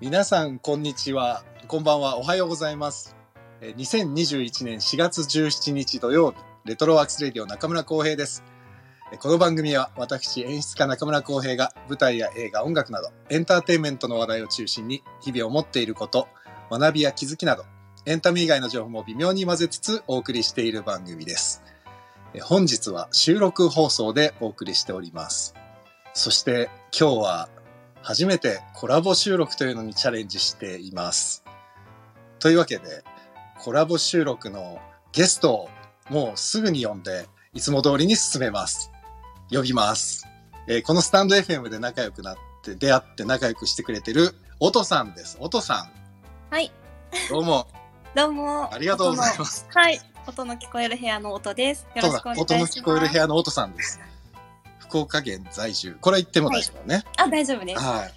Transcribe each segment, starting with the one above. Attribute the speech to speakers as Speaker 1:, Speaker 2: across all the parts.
Speaker 1: 皆さん、こんにちは。こんばんは。おはようございます。えー2021年4月17日土曜日、レトロワークスレディオ中村光平です。えーこの番組は私、演出家中村光平が舞台や映画、音楽など、エンターテインメントの話題を中心に、日々思っていること、学びや気づきなど、エンタメ以外の情報も微妙に混ぜつつお送りしている番組です。えー本日は収録放送でお送りしております。そして今日は初めてコラボ収録というのにチャレンジしています。というわけで、コラボ収録のゲストをもうすぐに呼んで、いつも通りに進めます。呼びます。えーこのスタンド FM で仲良くなって、出会って仲良くしてくれてる、おとさんです。おとさん、
Speaker 2: はい、
Speaker 1: どう も
Speaker 2: どうも。
Speaker 1: ありがとうございます。
Speaker 2: 音の。はい、音の聞こえる部屋の音です。よろしくお願いします。
Speaker 1: 音の聞こえる部屋のおとさんです。福岡県在住。これ言っても大丈夫だね。
Speaker 2: あ、大丈夫です。
Speaker 1: はい。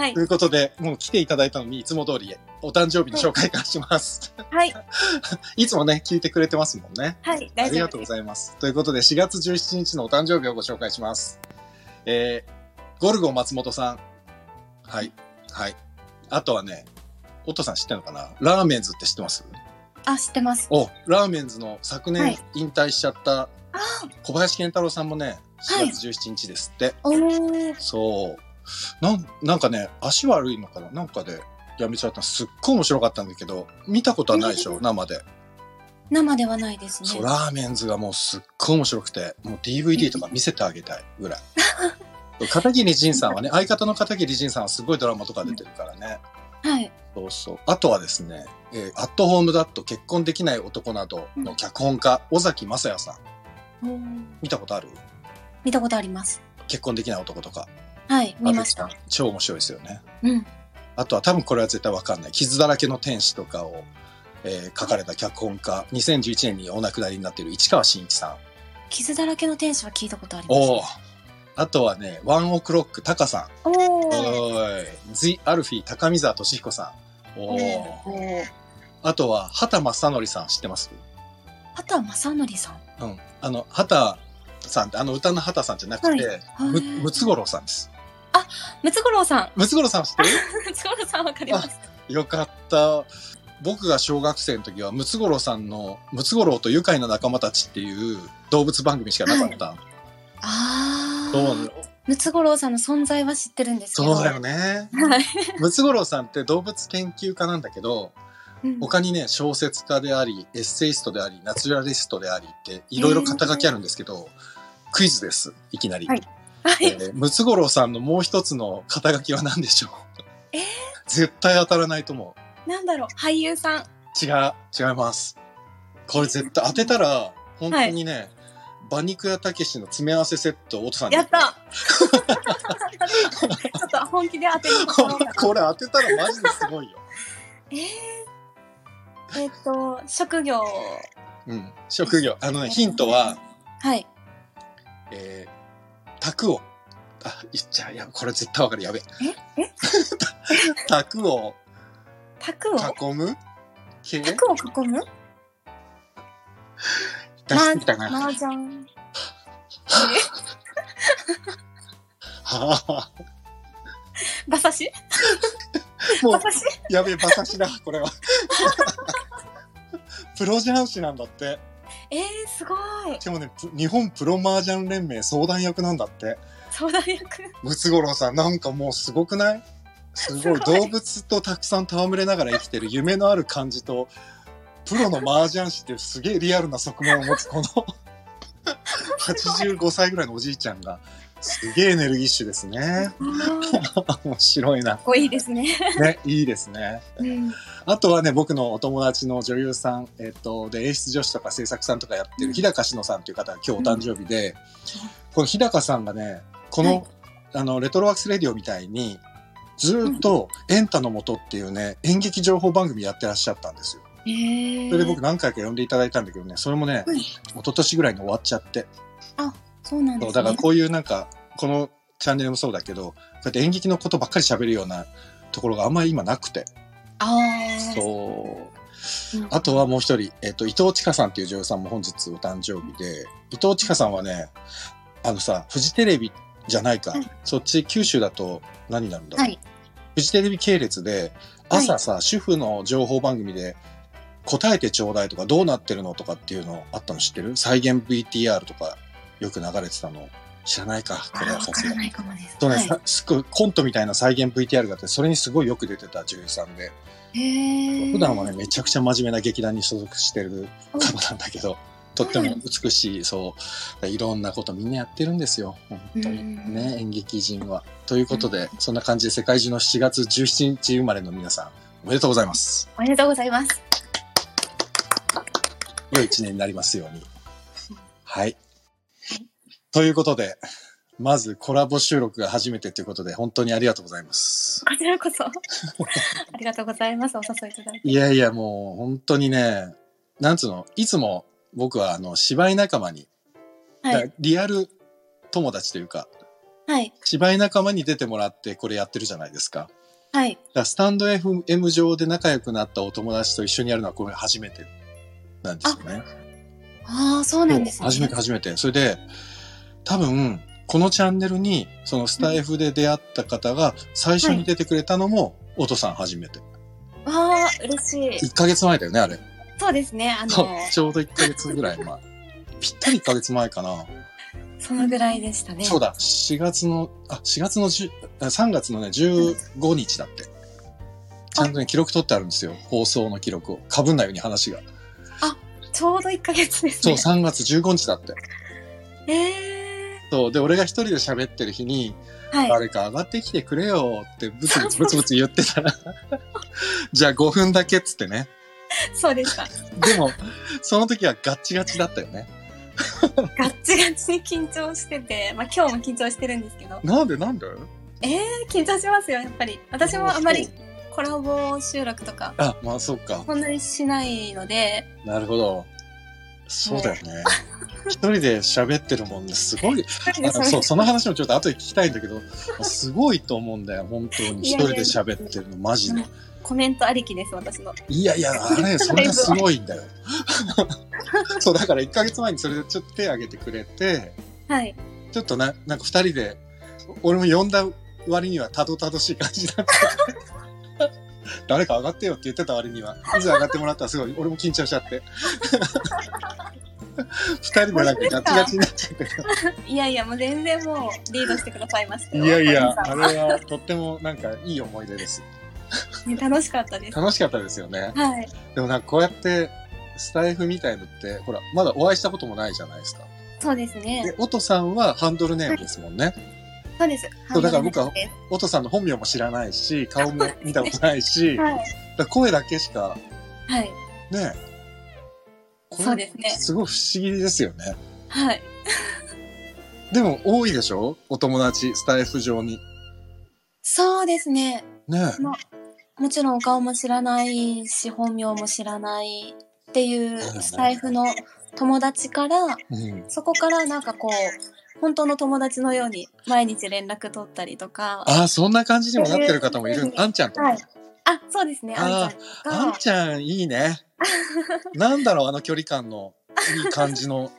Speaker 2: はい
Speaker 1: と、いうことで、もう来ていただいたのに、いつも通りお誕生日の紹介からします。
Speaker 2: はい、
Speaker 1: いつもね、聞いてくれてますもんね。
Speaker 2: はい、
Speaker 1: あ
Speaker 2: 大
Speaker 1: り
Speaker 2: 丈
Speaker 1: が
Speaker 2: 夫
Speaker 1: とう
Speaker 2: で
Speaker 1: ご
Speaker 2: す。
Speaker 1: ざいます。ということで、4月17日のお誕生日をご紹介します。えー、ゴルゴ松本さん。はい。はい。あとはね、おとさん知ってるのかなラーメンズって知ってます
Speaker 2: あ、知ってます。
Speaker 1: お、ラーメンズの昨
Speaker 2: は
Speaker 1: 年
Speaker 2: い
Speaker 1: 引退しちゃった
Speaker 2: あ、
Speaker 1: 小林健太郎さんもね、
Speaker 2: はい
Speaker 1: 4月17日ですって。
Speaker 2: おー、
Speaker 1: そう。なんなんかね、足悪いのかななんかでやめちゃった。すっごい面白かったんだけど、見たことはないでしょ、生で。
Speaker 2: 生ではないですね。
Speaker 1: そう、ラーメンズがもうすっごい面白くて、もう DVD とか見せてあげたいぐらい。そう片桐仁さんはね、相方の片桐仁さんはすごいドラマとか出てるからね。
Speaker 2: はい、
Speaker 1: そうそう。あとはですね、えーアットホームだと結婚できない男などの脚本家、尾崎雅也さん。
Speaker 2: おー
Speaker 1: 見たことある
Speaker 2: 見たことあります。
Speaker 1: 結婚できない男とか。
Speaker 2: はい、見ました
Speaker 1: あ。超面白いですよね。
Speaker 2: うん、
Speaker 1: あとは多分これは絶対わかんない。傷だらけの天使とかを、えー書かれた脚本家、2011年にお亡くなりになっている市川慎一さん。
Speaker 2: 傷だらけの天使は聞いたことあります。
Speaker 1: おお。あとはね、ワンオクロックタカさ
Speaker 2: お
Speaker 1: ん。
Speaker 2: ー、
Speaker 1: おーい。The アルフィー高見沢俊彦さん。おお。
Speaker 2: おー、
Speaker 1: あとは畑正則さん知ってます
Speaker 2: 畑正則さん。
Speaker 1: うん。あの、畑さんって、あの歌の畑さんじゃなくて、むムツゴロウさんです。
Speaker 2: ムツゴロウさん。
Speaker 1: ムツゴロウさん知ってる
Speaker 2: ムツゴロウさんわかります。
Speaker 1: よかった。僕が小学生の時はムツゴロウさんの「ムツゴロウと愉快な仲間たち」っていう動物番組しかなかった。
Speaker 2: あ
Speaker 1: そう
Speaker 2: ー、ムツゴロウさんの存在は知ってるんですけど。
Speaker 1: そうだよね。
Speaker 2: はい。
Speaker 1: ムツゴロウさんって動物研究家なんだけど
Speaker 2: うん
Speaker 1: 他にね小説家でありエッセイストでありナチュラリストでありっていろいろ肩書きあるんですけど、クイズですいきなり。
Speaker 2: はいは
Speaker 1: え
Speaker 2: い。
Speaker 1: ームツゴロウさんのもう一つの肩書きは何でしょう
Speaker 2: えー
Speaker 1: 絶対当たらないと思う。
Speaker 2: なんだろう俳優さん
Speaker 1: 違う違いますこれ絶対当てたら本当にね、馬肉屋たけしの詰め合わせセットをおとさんに
Speaker 2: やった ちょっと本気で当てるところ
Speaker 1: これ
Speaker 2: が
Speaker 1: これ当てたらマジですごいよ、
Speaker 2: えー、 えっと職業
Speaker 1: うん、職業あ のねヒントは、
Speaker 2: はい
Speaker 1: えー、タクをあ言っちゃういやこれ絶対わかるやべ
Speaker 2: え え
Speaker 1: タクを
Speaker 2: 卓を卓
Speaker 1: 囲む系出し
Speaker 2: を囲む
Speaker 1: てきたな、
Speaker 2: 麻雀
Speaker 1: はあ
Speaker 2: 馬刺し
Speaker 1: も
Speaker 2: 馬
Speaker 1: う
Speaker 2: 刺し
Speaker 1: やべえ馬刺しだこれは プロ雀士なんだって
Speaker 2: えー、すごい
Speaker 1: でもね、プ日本プロ麻雀連盟相談役なんだって。
Speaker 2: 相談 役
Speaker 1: ムツゴロウさん、なんかもうすごくないすごい。
Speaker 2: すごい
Speaker 1: 動物とたくさん戯れながら生きてる夢のある感じと、プロの麻雀師ってすげえリアルな側面を持つこの85歳ぐらいのおじいちゃんが、すげえエネルギッシュですね。
Speaker 2: あーかっ
Speaker 1: 面白いな。
Speaker 2: こいいですね、
Speaker 1: ね、いいですね。
Speaker 2: うん、
Speaker 1: あとはね、僕のお友達の女優さん、えっと、で、演出女子とか制作さんとかやってる日高志乃さんという方が今日お誕生日で、この日高さんがね、この、
Speaker 2: は
Speaker 1: あの、レトロワークスレディオみたいに、ずーっと、エンタのもとっていうね、演劇情報番組やってらっしゃったんですよ。
Speaker 2: えー、
Speaker 1: それで僕何回か呼んでいただいたんだけどね、それもね、
Speaker 2: はい
Speaker 1: 一昨年ぐらいに終わっちゃって。
Speaker 2: そうなんで
Speaker 1: そ
Speaker 2: す
Speaker 1: うだ
Speaker 2: ね
Speaker 1: からこういうなんか、このチャンネルもそうだけど、こうやって演劇のことばっかり喋るようなところがあんまり今なくて。
Speaker 2: あー
Speaker 1: そう
Speaker 2: うん
Speaker 1: あとはもう一人、えっと伊藤千佳さんっていう女優さんも本日お誕生日で伊藤千佳さんはねあのさフジテレビじゃないか、
Speaker 2: はい
Speaker 1: そっち九州だと何になるんだろう、
Speaker 2: はい
Speaker 1: フジテレビ系列で朝さ、主婦の情報番組で答えてちょうだいとかどうなってるのとかっていうのあったの知ってる再現 VTR とかよく流れてたの知らないかこれ
Speaker 2: あ
Speaker 1: は
Speaker 2: わ
Speaker 1: さ
Speaker 2: か
Speaker 1: す
Speaker 2: ら
Speaker 1: が
Speaker 2: ないかもです。
Speaker 1: とね、
Speaker 2: は
Speaker 1: さすごいコントみたいな再現 VTR があってそれにすごいよく出てた女優さんで
Speaker 2: い、へえ。
Speaker 1: 普段はねめちゃくちゃ真面目な劇団に所属してる
Speaker 2: うん
Speaker 1: 方なんだけど、とっても美しいそういろんなことみんなやってるんですよ本当に
Speaker 2: うん
Speaker 1: ね演劇人は。ということでそんな感じで世界中の7月17日生まれの皆さんおめでとうございます。
Speaker 2: おめでとうございます。
Speaker 1: 良い一年になりますように。はい。ということでまずコラボ収録が初めてということで本当にありがとうございます。
Speaker 2: こちらこそ。あ りがとうございます。お誘いいただいて。
Speaker 1: いやいや、もう本当にね、なんつうの、いつも僕はあの芝居仲間に、
Speaker 2: は
Speaker 1: だ
Speaker 2: い。
Speaker 1: リアル友達というか、
Speaker 2: はい。
Speaker 1: 芝居仲間に出てもらってこれやってるじゃないですか。
Speaker 2: はい。
Speaker 1: だからスタンド FM 上で仲良くなったお友達と一緒にやるのはこれ初めてなんですよね。
Speaker 2: ああ、そうなんですね。
Speaker 1: 初めて初めて。それで、多分、このチャンネルにそのスタイフで出会った方が最初に出てくれたのも、おとさん初めて。
Speaker 2: わあ、嬉しい。
Speaker 1: 1ヶ月前だよね、あれ。
Speaker 2: そうですね。あの、
Speaker 1: そう、 ちょうど1ヶ月ぐらい前。ぴったり1ヶ月前かな。
Speaker 2: そのぐらいでしたね。
Speaker 1: そうだ、4月の、あ、4月の10、あ3月のね、15日だって。ちゃんとね、記録取ってあるんですよ。放送の記録を。かぶんないように話が。
Speaker 2: ちょうど一ヶ月です
Speaker 1: そう、
Speaker 2: ね。
Speaker 1: 3月15日だって。
Speaker 2: ええ
Speaker 1: そう、で、俺が一人で喋ってる日に、
Speaker 2: ー。はい。
Speaker 1: 誰か上がってきてくれよって、ブ ツブツブツブツ言ってたら、じゃあ5分だけっつってね。
Speaker 2: そうでした。
Speaker 1: でも、その時はガッチガチだったよね。
Speaker 2: ガッチガチに緊張してて、まあ今日も緊張してるんですけど、
Speaker 1: なんでなんで
Speaker 2: 緊張しますよ、やっぱり。私もあんまり。コラボ収録とか、
Speaker 1: あ、まあそっか。
Speaker 2: そんなにしないので、
Speaker 1: なるほど。そうだよね。一人で喋ってるもんね、すごい。 あのそう、その話もちょっと後で聞きたいんだけど、すごいと思うんだよ、本当に。一
Speaker 2: いやいや
Speaker 1: 人で喋ってるの、マジで。
Speaker 2: コメントありきです、私の。
Speaker 1: いやいや、あれ、それがすごいん だよ。そう、だから1ヶ月前にそれでちょっと手挙げてくれて、
Speaker 2: はい。
Speaker 1: ちょっとな、なんか二人で、俺も呼んだ割にはたどたどしい感じだった。誰か上がってよって言ってた割には、いざ上がってもらったらすごい、俺も緊張しちゃって。二人でなんかガチガチになっちゃって。
Speaker 2: いやいや、もう全然もうリードしてくださいました
Speaker 1: い
Speaker 2: よ
Speaker 1: やいや、
Speaker 2: 小
Speaker 1: あれはとってもなんかいい思い出です。
Speaker 2: 西さんね楽しかったです。
Speaker 1: 楽しかったですよね。
Speaker 2: はい。
Speaker 1: でもなんかこうやって、スタイフみたいのって、ほら、まだお会いしたこともないじゃないですか。
Speaker 2: そうですね。
Speaker 1: で、オトさんはハンドルネームですもんね。
Speaker 2: そうです。
Speaker 1: そうだから僕は
Speaker 2: はい。
Speaker 1: オトさんの本名も知らないし、顔も見たことないし、だから声だけしか、
Speaker 2: はい。
Speaker 1: ねこれ
Speaker 2: そうですね
Speaker 1: すごい不思議ですよね。
Speaker 2: はい。
Speaker 1: でも多いでしょお友達、スタイフ上に。
Speaker 2: そうですね。
Speaker 1: ね
Speaker 2: まもちろんお顔も知らないし、本名も知らないっていうスタイフの友達から、
Speaker 1: うん。
Speaker 2: そこからなんかこう、本当の友達のように毎日連絡取ったりとか。
Speaker 1: ああ、そんな感じにもなってる方もい
Speaker 2: そう
Speaker 1: る
Speaker 2: で。す
Speaker 1: あんちゃんとか。
Speaker 2: はい。あ、そうですね。あんちゃ
Speaker 1: あ
Speaker 2: ん
Speaker 1: ん
Speaker 2: が。
Speaker 1: ちゃんいいね。 なんだろうあの距離感のいい感じの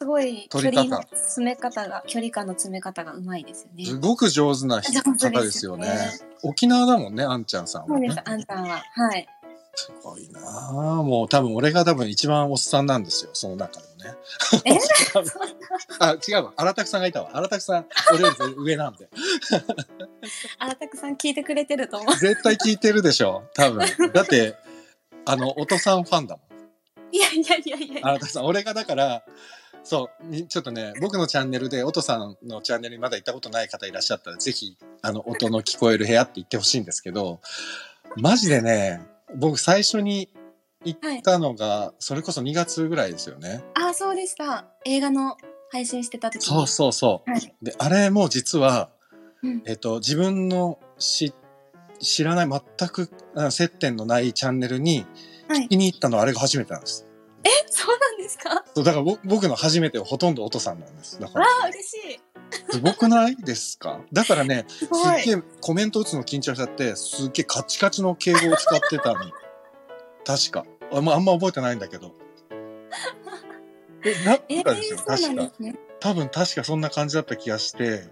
Speaker 2: すごい距
Speaker 1: 取り
Speaker 2: 離
Speaker 1: 方
Speaker 2: の詰め方が、距離感の詰め方がうまいですよね。
Speaker 1: すごく上手な人
Speaker 2: 上手ですよね
Speaker 1: 方ですよね。沖縄だもんねあんちゃんさん
Speaker 2: そ
Speaker 1: は
Speaker 2: うで
Speaker 1: ね
Speaker 2: す。、あんちゃんは。はい。
Speaker 1: すごいなあ。もう多分俺が多分一番おっさんなんですよその中でもね。
Speaker 2: え
Speaker 1: 多分 あ違うわ荒拓さんがいたわ荒拓さん俺より上なんで
Speaker 2: あらたくさん聞いてくれてると思う。
Speaker 1: 絶対聞いてるでしょ多分だってあのおとさんファンだもん。
Speaker 2: いやいやいやいやい
Speaker 1: あ
Speaker 2: や。
Speaker 1: なたさん、俺がだから、そう、にちょっとね、僕のチャンネルで、音さんのチャンネルにまだ行ったことない方いらっしゃったら、ぜひ、あの、音の聞こえる部屋って言ってほしいんですけど、マジでね、僕最初に行ったのが、それこそ2月ぐらいですよね。
Speaker 2: あ、そうでした。映画の配信してた時。
Speaker 1: そうそうそう
Speaker 2: はい。
Speaker 1: う。で、あれも実は、
Speaker 2: うん
Speaker 1: えっと、自分の知、知らない、全くあ接点のないチャンネルに
Speaker 2: はい。
Speaker 1: 気に入ったのはあれが初めてなんです。
Speaker 2: え、そうなんですか
Speaker 1: そうだからぼ僕の初めてはほとんど音さんなんです。だから
Speaker 2: わ。あ、嬉しい。
Speaker 1: すごくないですかだからね、
Speaker 2: す
Speaker 1: す
Speaker 2: ご
Speaker 1: っ
Speaker 2: い。
Speaker 1: げえコメント打つの緊張しちゃって、すっげえカチカチの敬語を使ってたの。確か。あんまあんま覚えてないんだけど。え、なっ
Speaker 2: え
Speaker 1: たでしょ、
Speaker 2: ー、そう
Speaker 1: 確
Speaker 2: なんで
Speaker 1: か。
Speaker 2: すね。
Speaker 1: 多分確かそんな感じだった気がして。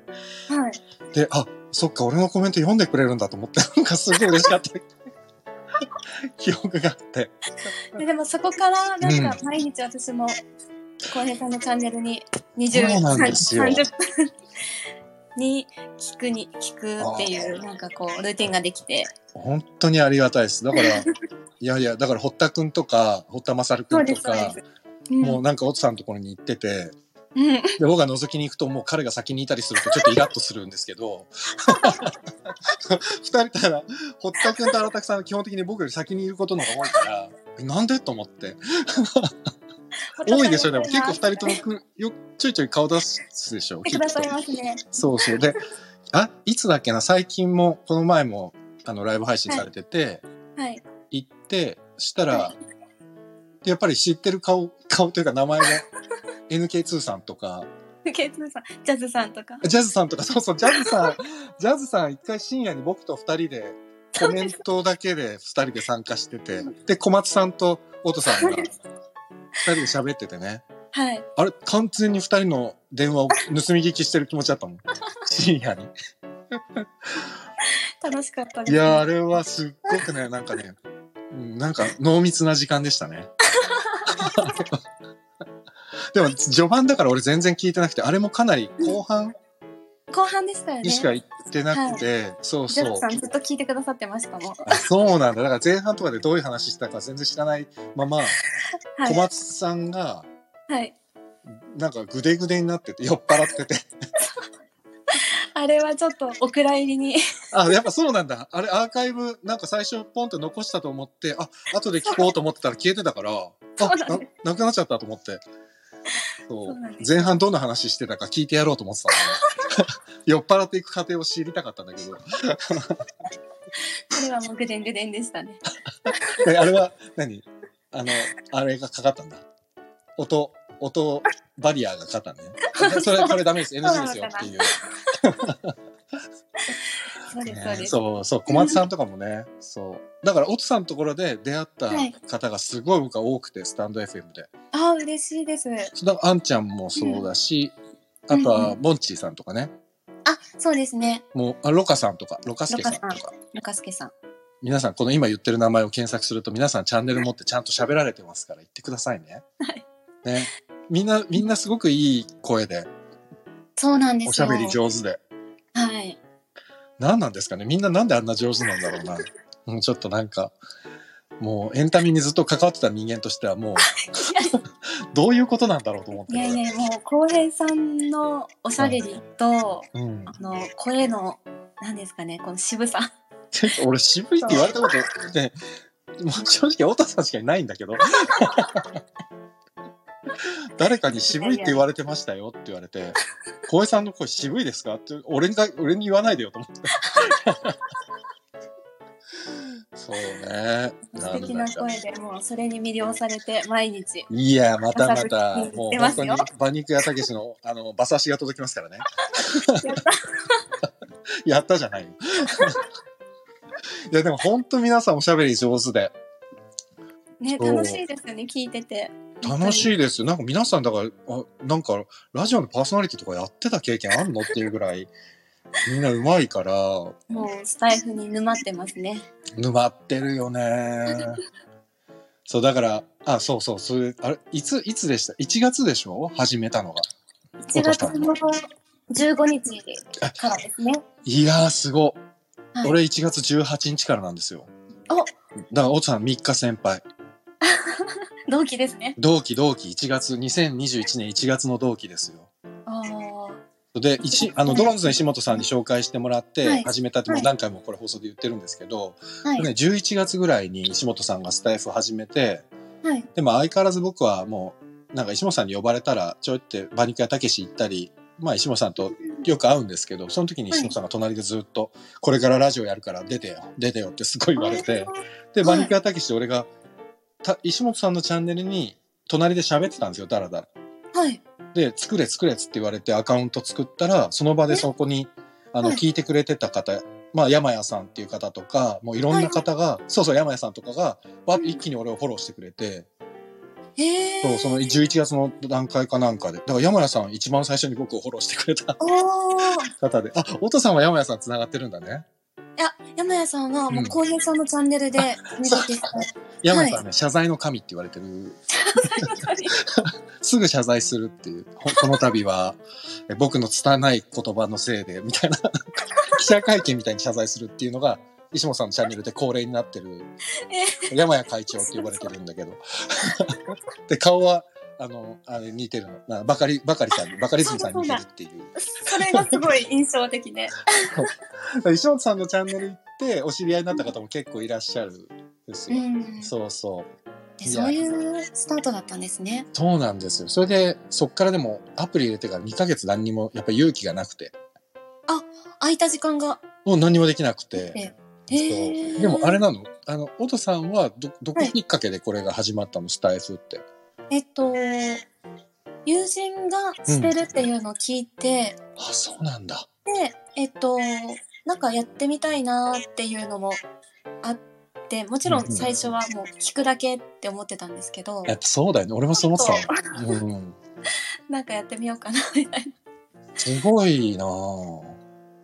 Speaker 2: はい。
Speaker 1: で、あ、そっか、俺のコメント読んでくれるんだと思って、 なんかすごい嬉しかった。 記憶があって。
Speaker 2: ででもそこからなんか毎日私も浩平さんのチャンネルに20
Speaker 1: そうなんですよ
Speaker 2: 30分に聞くに聞くっていうなんかこうルーティンができて
Speaker 1: 本当にありがたいです。だから、いやいや、だから、堀田くんとか、堀田勝く
Speaker 2: そうん
Speaker 1: と
Speaker 2: ですそう
Speaker 1: か
Speaker 2: で、す。うん
Speaker 1: もうなんか、おつさんのところに行ってて、
Speaker 2: うん
Speaker 1: で僕が覗きに行くともう彼が先にいたりするとちょっとイラッとするんですけど 二人たら堀田君と荒拓さんは基本的に僕より先にいることの方が多いからえなんでと思って多いで しょでも結構二人ともくよちょいちょい顔出すでしょ
Speaker 2: 来てくださいますね。
Speaker 1: そうそうであいつだっけな最近もこの前もあのライブ配信されてて、
Speaker 2: はい。
Speaker 1: 行ってしたら、
Speaker 2: は
Speaker 1: やっぱり知ってる顔顔というか名前が NK2 さんとか
Speaker 2: ケイツーさん、ジャズさんとか。
Speaker 1: ジャズさんとか、そうそう、ジャズさん、ジャズさん一回深夜に僕と二人で、コメントだけで二人で参加してて、で、小松さんと音さんが二人で喋っててね、
Speaker 2: はい。
Speaker 1: あれ、完全に二人の電話を盗み聞きしてる気持ちだったもん。深夜に。
Speaker 2: 楽しかったで
Speaker 1: い
Speaker 2: す。
Speaker 1: やー、あれはすっごくね、なんかね、うんなんか濃密な時間でしたね。 でも、序盤だから俺全然聞いてなくて、あれもかなり後半
Speaker 2: 後半でしたよね。
Speaker 1: にしか行ってなくて、そう
Speaker 2: ジ
Speaker 1: そ
Speaker 2: ャ
Speaker 1: う
Speaker 2: ズさ。んずっと聞いてくださってましたもん。
Speaker 1: あそうなんだ。だから前半とかでどういう話してたか全然知らないまま、
Speaker 2: は
Speaker 1: 小
Speaker 2: い。
Speaker 1: 松さんが、
Speaker 2: はい。
Speaker 1: なんかぐでぐでになってて、酔っ払ってて。
Speaker 2: あれはちょっとお蔵入りに。
Speaker 1: あ、やっぱそうなんだ。あれアーカイブ、なんか最初ポンって残したと思って、あ、後で聞こうと思ってたら消えてたから、
Speaker 2: そ
Speaker 1: あ
Speaker 2: うなんだ
Speaker 1: な、なくなっちゃったと思って。そ
Speaker 2: そううなんだ
Speaker 1: 前半どんな話してたか聞いてやろうと思ってたのね 酔っ払っていく過程を知りたかったんだけど。
Speaker 2: あれはもうぐでんぐでんでしたね。
Speaker 1: であれは何、あの、あれがかかったんだ。音、音バリアがかかったんだね。 それ、それダメです。NG ですよっていう。
Speaker 2: そうです、そうです。
Speaker 1: そうそう小松さんとかもねそうだから音さんのところで出会った方がすごい僕は多くてスタンド FM で
Speaker 2: ああ、嬉しいです。
Speaker 1: そうだからあんちゃんもそうだし、
Speaker 2: うん
Speaker 1: あと
Speaker 2: うん
Speaker 1: は
Speaker 2: う
Speaker 1: ボンチーさんとかね
Speaker 2: あ、そうですね。
Speaker 1: もうあロカさんとかロカスケさんとか
Speaker 2: ロカルカスケさん。
Speaker 1: 皆さんこの今言ってる名前を検索すると皆さんチャンネル持ってちゃんと喋られてますから言ってくださいね。
Speaker 2: はい
Speaker 1: ねみんなみんなすごくいい声で
Speaker 2: そうなんですよ。
Speaker 1: おしゃべり上手で
Speaker 2: はい。
Speaker 1: 何なんですかねみんななんであんな上手なんだろうなもうちょっとなんかもうエンタメにずっと関わってた人間としては もう どういうことなんだろうと思って
Speaker 2: いやいや、もう、浩平さんのおしゃべりと、
Speaker 1: うん、
Speaker 2: あの、声の、なんですかね、この渋さ。
Speaker 1: 俺渋いって言われたことねもう正直太田さんしかいないん だけど誰かに渋いって言われてましたよって言われて「小江さんの声渋いですか?」って俺が俺に言わないでよと 思ってそうね
Speaker 2: 素敵な声で、もう、それに魅了されて、毎日。
Speaker 1: いや、またまた
Speaker 2: 朝、
Speaker 1: も
Speaker 2: 聞いうてま
Speaker 1: 本
Speaker 2: す
Speaker 1: 当
Speaker 2: よ
Speaker 1: に馬肉屋たけしの、あの、馬刺しが届きますからね。
Speaker 2: やった
Speaker 1: やったじゃないよ。 いや、でも本当皆さんおしゃべり上手で。
Speaker 2: ね、
Speaker 1: そう
Speaker 2: 楽しいですよね、聞いてて。
Speaker 1: 楽し
Speaker 2: い。
Speaker 1: いですよ。なんか皆さん、だから、あなんか、ラジオのパーソナリティとかやってた経験あんのっていうぐらい、みんな上手いから、
Speaker 2: もう、スタイフに沼ってますね。
Speaker 1: 沼ってるよね。そう、だから、あ、そうそう、それ、あれ、いつ、いつでした ?1 月でしょ始めたのが。
Speaker 2: 1月の15日からですね。
Speaker 1: いやー、すごっ。
Speaker 2: はい
Speaker 1: 俺1月18日からなんですよ。
Speaker 2: お
Speaker 1: だから、おつさん3日先輩。
Speaker 2: 同期ですね。
Speaker 1: 同期同期、1月、2021年1月の同期ですよ。
Speaker 2: ああ。
Speaker 1: で、一、あの、ドローンズの石本さんに紹介してもらっ
Speaker 2: は
Speaker 1: て
Speaker 2: い
Speaker 1: 始めたって、も
Speaker 2: は
Speaker 1: う
Speaker 2: い
Speaker 1: 何回もこれ放送で言ってるんですけど、
Speaker 2: はい。
Speaker 1: ね、11月ぐらいに石本さんがスタイフ始めて、
Speaker 2: はい。
Speaker 1: でも相変わらず僕はもう、なんか石本さんに呼ばれたら、ちょいって馬肉屋たけし行ったり、まあ石本さんとよく会うんですけど、その時に石本さんが隣でずっと、これからラジオやるから出てよ、出てよってすごい言われて、で、
Speaker 2: は
Speaker 1: 馬
Speaker 2: い
Speaker 1: 肉屋たけしと俺が、た石本さんのチャンネルに隣で喋ってたんですよ、だらだら。
Speaker 2: はい。
Speaker 1: で、作れ作れっつって言われてアカウント作ったら、その場でそこに、あの、
Speaker 2: はい
Speaker 1: 聞いてくれてた方、まあ、山屋さんっていう方とか、もういろんな方が、そうそう、山屋さんとかが、わ
Speaker 2: うん
Speaker 1: 一気に俺をフォローしてくれて、
Speaker 2: へえ。
Speaker 1: そう、その11月の段階かなんかで。だから山谷さん一番最初に僕をフォローしてくれた
Speaker 2: おー
Speaker 1: 方で。あ、おとさんは山谷さん繋がってるんだね。
Speaker 2: いや、山谷さんは、もう、
Speaker 1: うん
Speaker 2: 浩平さんのチャンネルで見かけた。
Speaker 1: 山谷さんはね、謝罪の神って言われてる。すぐ謝罪するっていう。ほ この度は、え僕の拙い言葉のせいで、みたいな。 記者会見みたいに謝罪するっていうのが、石本さんのチャンネルで恒例になってる、山谷会長って呼ばれてるんだけど。 で、顔は、あの、あれ似てるの。なバカリ、バカリさんに、バカリズムさんに似てるっていう。
Speaker 2: それがすごい印象的で。
Speaker 1: 石本さんのチャンネル行ってお知り合いになった方も結構いらっしゃるんです
Speaker 2: う
Speaker 1: よ。
Speaker 2: ん。
Speaker 1: そうそう。
Speaker 2: でそういうスタートだったんですね。
Speaker 1: そうなんですよ。それで、そっからでもアプリ入れてから2ヶ月何にも、やっぱ勇気がなくて、
Speaker 2: 空いた時間が。
Speaker 1: もう何にもできなくて。
Speaker 2: え
Speaker 1: そうでもあれなのあの、オトさんはど、どこきっかけでこれが始まったのスタイフって。
Speaker 2: えっと、友人がしてるっていうのを聞いて、
Speaker 1: あ、そうなんだ。
Speaker 2: で、えっと、なんかやってみたいなっていうのもあって、もちろん最初はもう聞くだけって思ってたんですけど、
Speaker 1: やっぱそうだよね。俺もそう思ってたもん。うん。
Speaker 2: なんかやってみようかな みたいな。
Speaker 1: すごいなぁ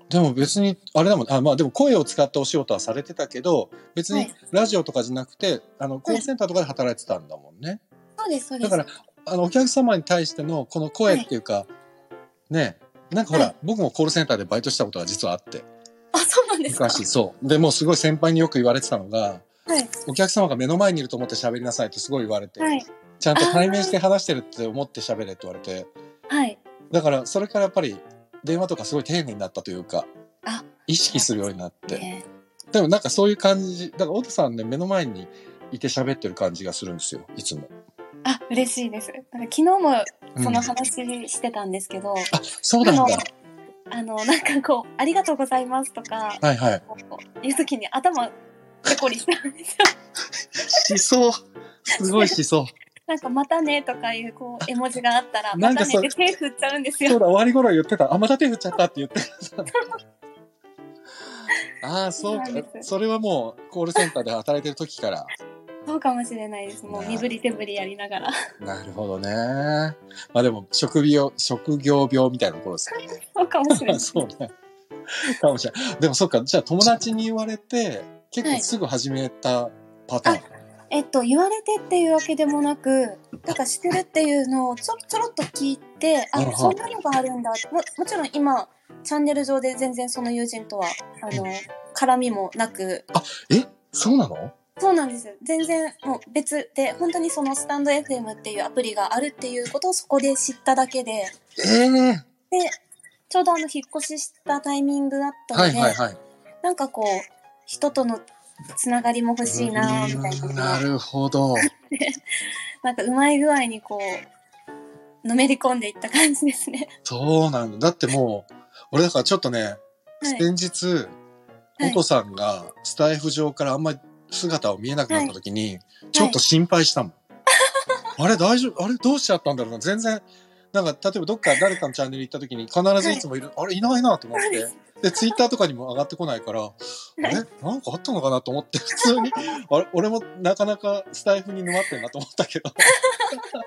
Speaker 1: でも別に、あれだもん、あ、まあでも声を使ったお仕事はされてたけど、別
Speaker 2: は
Speaker 1: に
Speaker 2: い
Speaker 1: ラジオとかじゃなくて、あの、コールセンターとかで働いてたんだもんね。
Speaker 2: そうです、そうで
Speaker 1: だか
Speaker 2: す。
Speaker 1: ら、あの、お客様に対しての、この声っていうか、ね、なんかほら、
Speaker 2: はい
Speaker 1: 僕もコールセンターでバイトしたことが実はあって、
Speaker 2: あ、そうなんですか。
Speaker 1: 昔、そう。で、もうすごい先輩によく言われてたのが、
Speaker 2: はい。
Speaker 1: お客様が目の前にいると思って喋りなさいってすごい言われて、
Speaker 2: はい。
Speaker 1: ちゃんと対面して話してるって思って喋れって言われて、
Speaker 2: はい。
Speaker 1: だから、それからやっぱり、電話とかすごい丁寧になったというか
Speaker 2: あ、
Speaker 1: 意識するようになって。
Speaker 2: ね
Speaker 1: でもなんかそういう感じ、だから、オトさんね、目の前にいて喋ってる感じがするんですよ、いつも。
Speaker 2: あ、嬉しいです。なんか昨日も
Speaker 1: うん
Speaker 2: その話してたんですけど、
Speaker 1: あ、そうなんだ。
Speaker 2: あの、なんかこう、ありがとうございますとか、
Speaker 1: はいはい。
Speaker 2: こう言うときに頭、ペコリしてるんですよ。
Speaker 1: 思想すごい思想
Speaker 2: なんか、またねとかいう、こう、絵文字があったら、
Speaker 1: な
Speaker 2: ま
Speaker 1: んか
Speaker 2: たね
Speaker 1: そ
Speaker 2: っ
Speaker 1: れ
Speaker 2: て手振っちゃうんです
Speaker 1: そう
Speaker 2: よ。
Speaker 1: だ終わり頃言ってたあまた手振っちゃったって言って たああそうか
Speaker 2: そうなんです
Speaker 1: それはもうコールセンターで働いてる時から
Speaker 2: そうかもしれないです。もう、身振り手振りやりながら。
Speaker 1: なるほどねまあでも職業職業病みたいな頃ですかね
Speaker 2: そうかもしれない。
Speaker 1: そうねかもしれないでもそっかじゃあ友達に言われて結構すぐ始めたパターン、
Speaker 2: えっと、言われてっていうわけでもなく、なんかしてるっていうのをちょちょろっと聞いて、
Speaker 1: うんう
Speaker 2: あ、
Speaker 1: ん
Speaker 2: そんなのがあるんだも。もちろん今、チャンネル上で全然その友人とは、あの、絡みもなく、
Speaker 1: えそうなの
Speaker 2: そうなんですよ。全然もう別で、本当にそのスタンド FM っていうアプリがあるっていうことをそこで知っただけで、
Speaker 1: ええ
Speaker 2: で、ちょうどあの、引っ越ししたタイミングだった
Speaker 1: は
Speaker 2: の
Speaker 1: い
Speaker 2: で、
Speaker 1: はいはい
Speaker 2: なんかこう、人とのつながりも欲しいなみたいなこ
Speaker 1: うん
Speaker 2: と
Speaker 1: な
Speaker 2: が
Speaker 1: るほど
Speaker 2: なんかうまい具合にこう、のめり込んでいった感じですね。
Speaker 1: そうなんだ。だってもう、俺だからちょっとね、
Speaker 2: はい。
Speaker 1: 先日、
Speaker 2: は
Speaker 1: お
Speaker 2: い
Speaker 1: とさんがスタイフ上からあんまり姿を見えなくなった時に、ちょっと心配したもん。あれ大丈夫あれどうしちゃったんだろうな全然、なんか例えばどっか誰かのチャンネル行った時に必ずいつもいる、あれいないなと思って。で、ツイッターとかにも上がってこないから、あれなんかあったのかなと思って、普通に、あれ俺もなかなかスタイフに沼ってんなと思ったけど。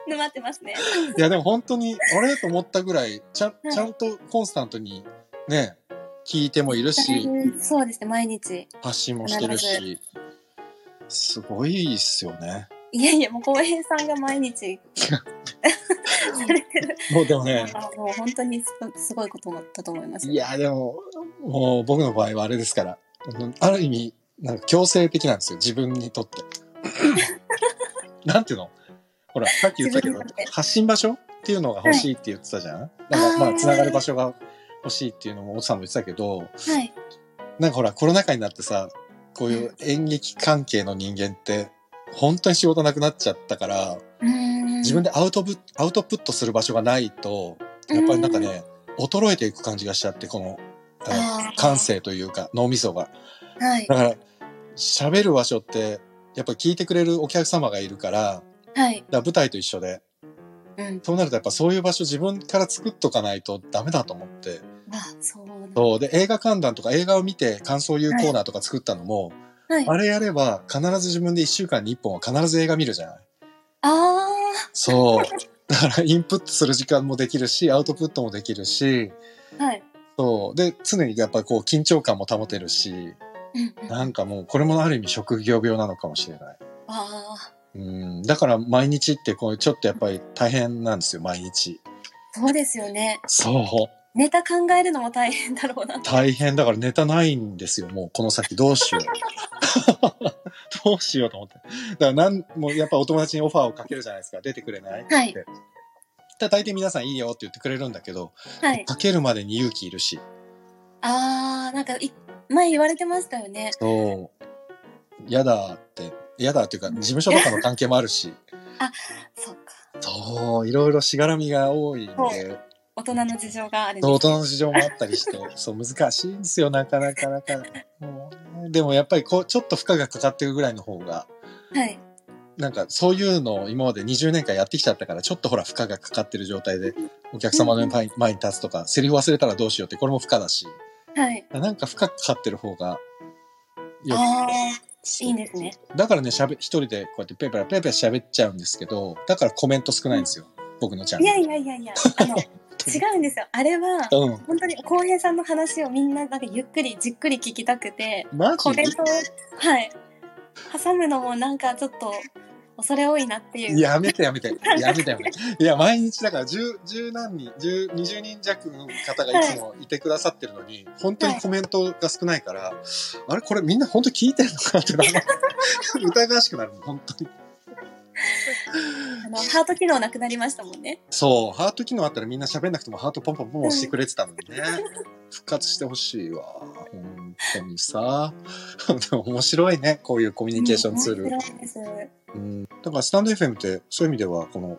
Speaker 2: 沼ってますね。
Speaker 1: いやでも本当にあれと思ったぐらいちゃん
Speaker 2: はい
Speaker 1: ちゃんとコンスタントにね聞いてもいるし
Speaker 2: そうですね、毎日。
Speaker 1: 発信もしてるしすごいっすよね。
Speaker 2: いやいや、もう浩平さんが 毎日されてる
Speaker 1: もうでも
Speaker 2: の
Speaker 1: ね
Speaker 2: が、もう本当にすすごいことだったと思います。
Speaker 1: いやでももう僕の場合はあれですからうんある意味なんか強制的なんですよ自分にと って。なんていうのほらさっき言ったけど
Speaker 2: 自分にとって
Speaker 1: 発信場所っていうのが欲しいって言ってたじゃん。なんかま
Speaker 2: あ
Speaker 1: あ
Speaker 2: ー
Speaker 1: つながる場所が欲しいっていうのもお父さんも言ってたけど。
Speaker 2: はい。
Speaker 1: なんかほら、コロナ禍になってさ、こういう演劇関係の人間って、本当に仕事なくなっちゃったから、
Speaker 2: うーん
Speaker 1: 自分でアウトプアウトプットする場所がないと、やっぱりなんかね、衰えていく感じがしちゃって、この、
Speaker 2: うーん、
Speaker 1: あの
Speaker 2: あー
Speaker 1: 感。性というか、脳みそが。
Speaker 2: はい
Speaker 1: だ。から、喋る場所って、やっぱ聞いてくれるお客様がいるから、だか
Speaker 2: はい。
Speaker 1: ら舞台と一緒で、
Speaker 2: うん。
Speaker 1: そうなるとやっぱそういう場所自分から作っとかないとダメだと思って、
Speaker 2: あ、そうなんだ。
Speaker 1: そう。で、映画観覧とか映画を見て感想を言うコーナーとか作ったのも、
Speaker 2: はい。
Speaker 1: あれやれば、必ず自分で1週間に1本は必ず映画見るじゃない。
Speaker 2: あ
Speaker 1: そう。だからインプットする時間もできるし、アウトプットもできるし、
Speaker 2: はい。
Speaker 1: そう。で、常にやっぱりこう緊張感も保てるし、
Speaker 2: うんうん。あ
Speaker 1: なんかもうこれもある意味職業病なのかもしれない。
Speaker 2: あ
Speaker 1: うん。だから毎日ってこうちょっとやっぱり大変なんですよ、毎日。
Speaker 2: ー、そうですよね。
Speaker 1: そう。
Speaker 2: ネタ考えるのも大変だろうな。
Speaker 1: 大変だからネタないんですよもうこの先どう しようどうしようと思ってだからなんもうやっぱお友達にオファーをかけるじゃないですか出てくれない
Speaker 2: はい
Speaker 1: でだ大抵皆さんいいよって言ってくれるんだけど
Speaker 2: はい。
Speaker 1: かけるまでに勇気いるし
Speaker 2: ああ、なんかい前言われてましたよね。
Speaker 1: そう嫌だって嫌だっていうか事務所とかの関係もあるし
Speaker 2: そうか。
Speaker 1: そういろいろしがらみが多いん
Speaker 2: そ
Speaker 1: で
Speaker 2: 大人の事情があるんです
Speaker 1: 大人の事情もあったりして そう難しいんですよなかなかなかもうでもやっぱりこうちょっと負荷がかかってるぐらいの方が
Speaker 2: はい。
Speaker 1: なんかそういうのを今まで20年間やってきちゃったからちょっとほら負荷がかかってる状態でお客様の前前に立つとかセリフ忘れたらどうしようってこれも負荷だし
Speaker 2: はい。
Speaker 1: なんか負荷かかってる方がよ
Speaker 2: ああ、
Speaker 1: そう
Speaker 2: いいんですね。
Speaker 1: だからねしゃべ一人でこうやってペーペーペーペー喋っちゃうんですけどだからコメント少ないんですよ僕のチャン
Speaker 2: い
Speaker 1: ネ
Speaker 2: や
Speaker 1: ル。
Speaker 2: いやいやいや、あの、違うんですよ。あれは、
Speaker 1: うん
Speaker 2: 本当に浩平さんの話をみんななんかゆっくりじっくり聞きたくて、
Speaker 1: マ
Speaker 2: コ
Speaker 1: ジ
Speaker 2: メントを、はい。挟むのもなんかちょっと恐れ多いなっていう。
Speaker 1: やめてやめてやめてやめていや毎日だから十十何人十二十人弱の方がいつもいてくださってるのに、本当にコメントが少ないから、あれこれみんな本当聞いてるのかなってなんか疑わしくなるもん本当に
Speaker 2: あの、ハート機能なくなりましたもんね。
Speaker 1: そうハート機能あったらみんな喋んなくてもハートポンポンポンポン押してくれてたのにね復活してほしいわ本当にさ でも面白いねこういうコミュニケーションツール、
Speaker 2: 面白いです。
Speaker 1: うん、だからスタンド FM ってそういう意味ではこの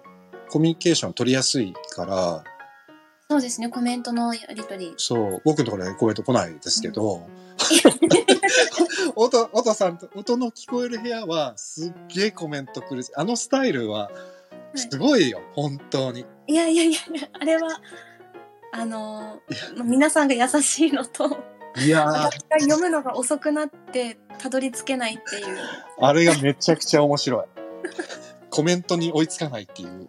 Speaker 1: コミュニケーション取りやすいから
Speaker 2: そうですね、コメントのやりとり。
Speaker 1: そう、僕のところにはコメント来ないですけど、音、音さんと、音の聞こえる部屋はすっげえコメント来るし。あのスタイルはすごいよ、本当に。
Speaker 2: いやいやいや、あれは、あのー皆さんが優しいのと、
Speaker 1: いやー、
Speaker 2: 私が読むのが遅くなって、たどり着けないっていう。
Speaker 1: あれがめちゃくちゃ面白い。コメントに追いつかないっていう。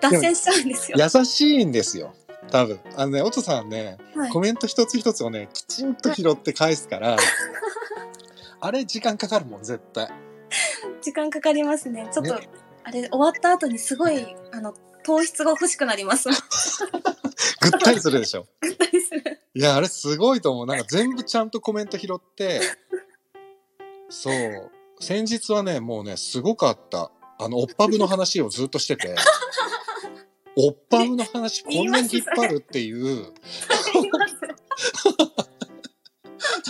Speaker 2: 脱線しちゃうんですよ。
Speaker 1: 優しいんですよ、多分。あのね、音さんね、
Speaker 2: はい
Speaker 1: コメント一つ一つをね、きちんと拾って返すから、あれ時間かかるもん、絶対。
Speaker 2: 時間かかりますね。ちょっと、
Speaker 1: ね
Speaker 2: あれ終わった後にすごいあの糖質が欲しくなります。ぐっ
Speaker 1: ぐったりするでしょ。
Speaker 2: たりする。
Speaker 1: いや、あれすごいと思う。なんか全部ちゃんとコメント拾って、そう。先日はね、もうね、すごかった。あの、おっぱぶの話をずっとしてて、おっぱぶの話こんなに引っ張るっていう。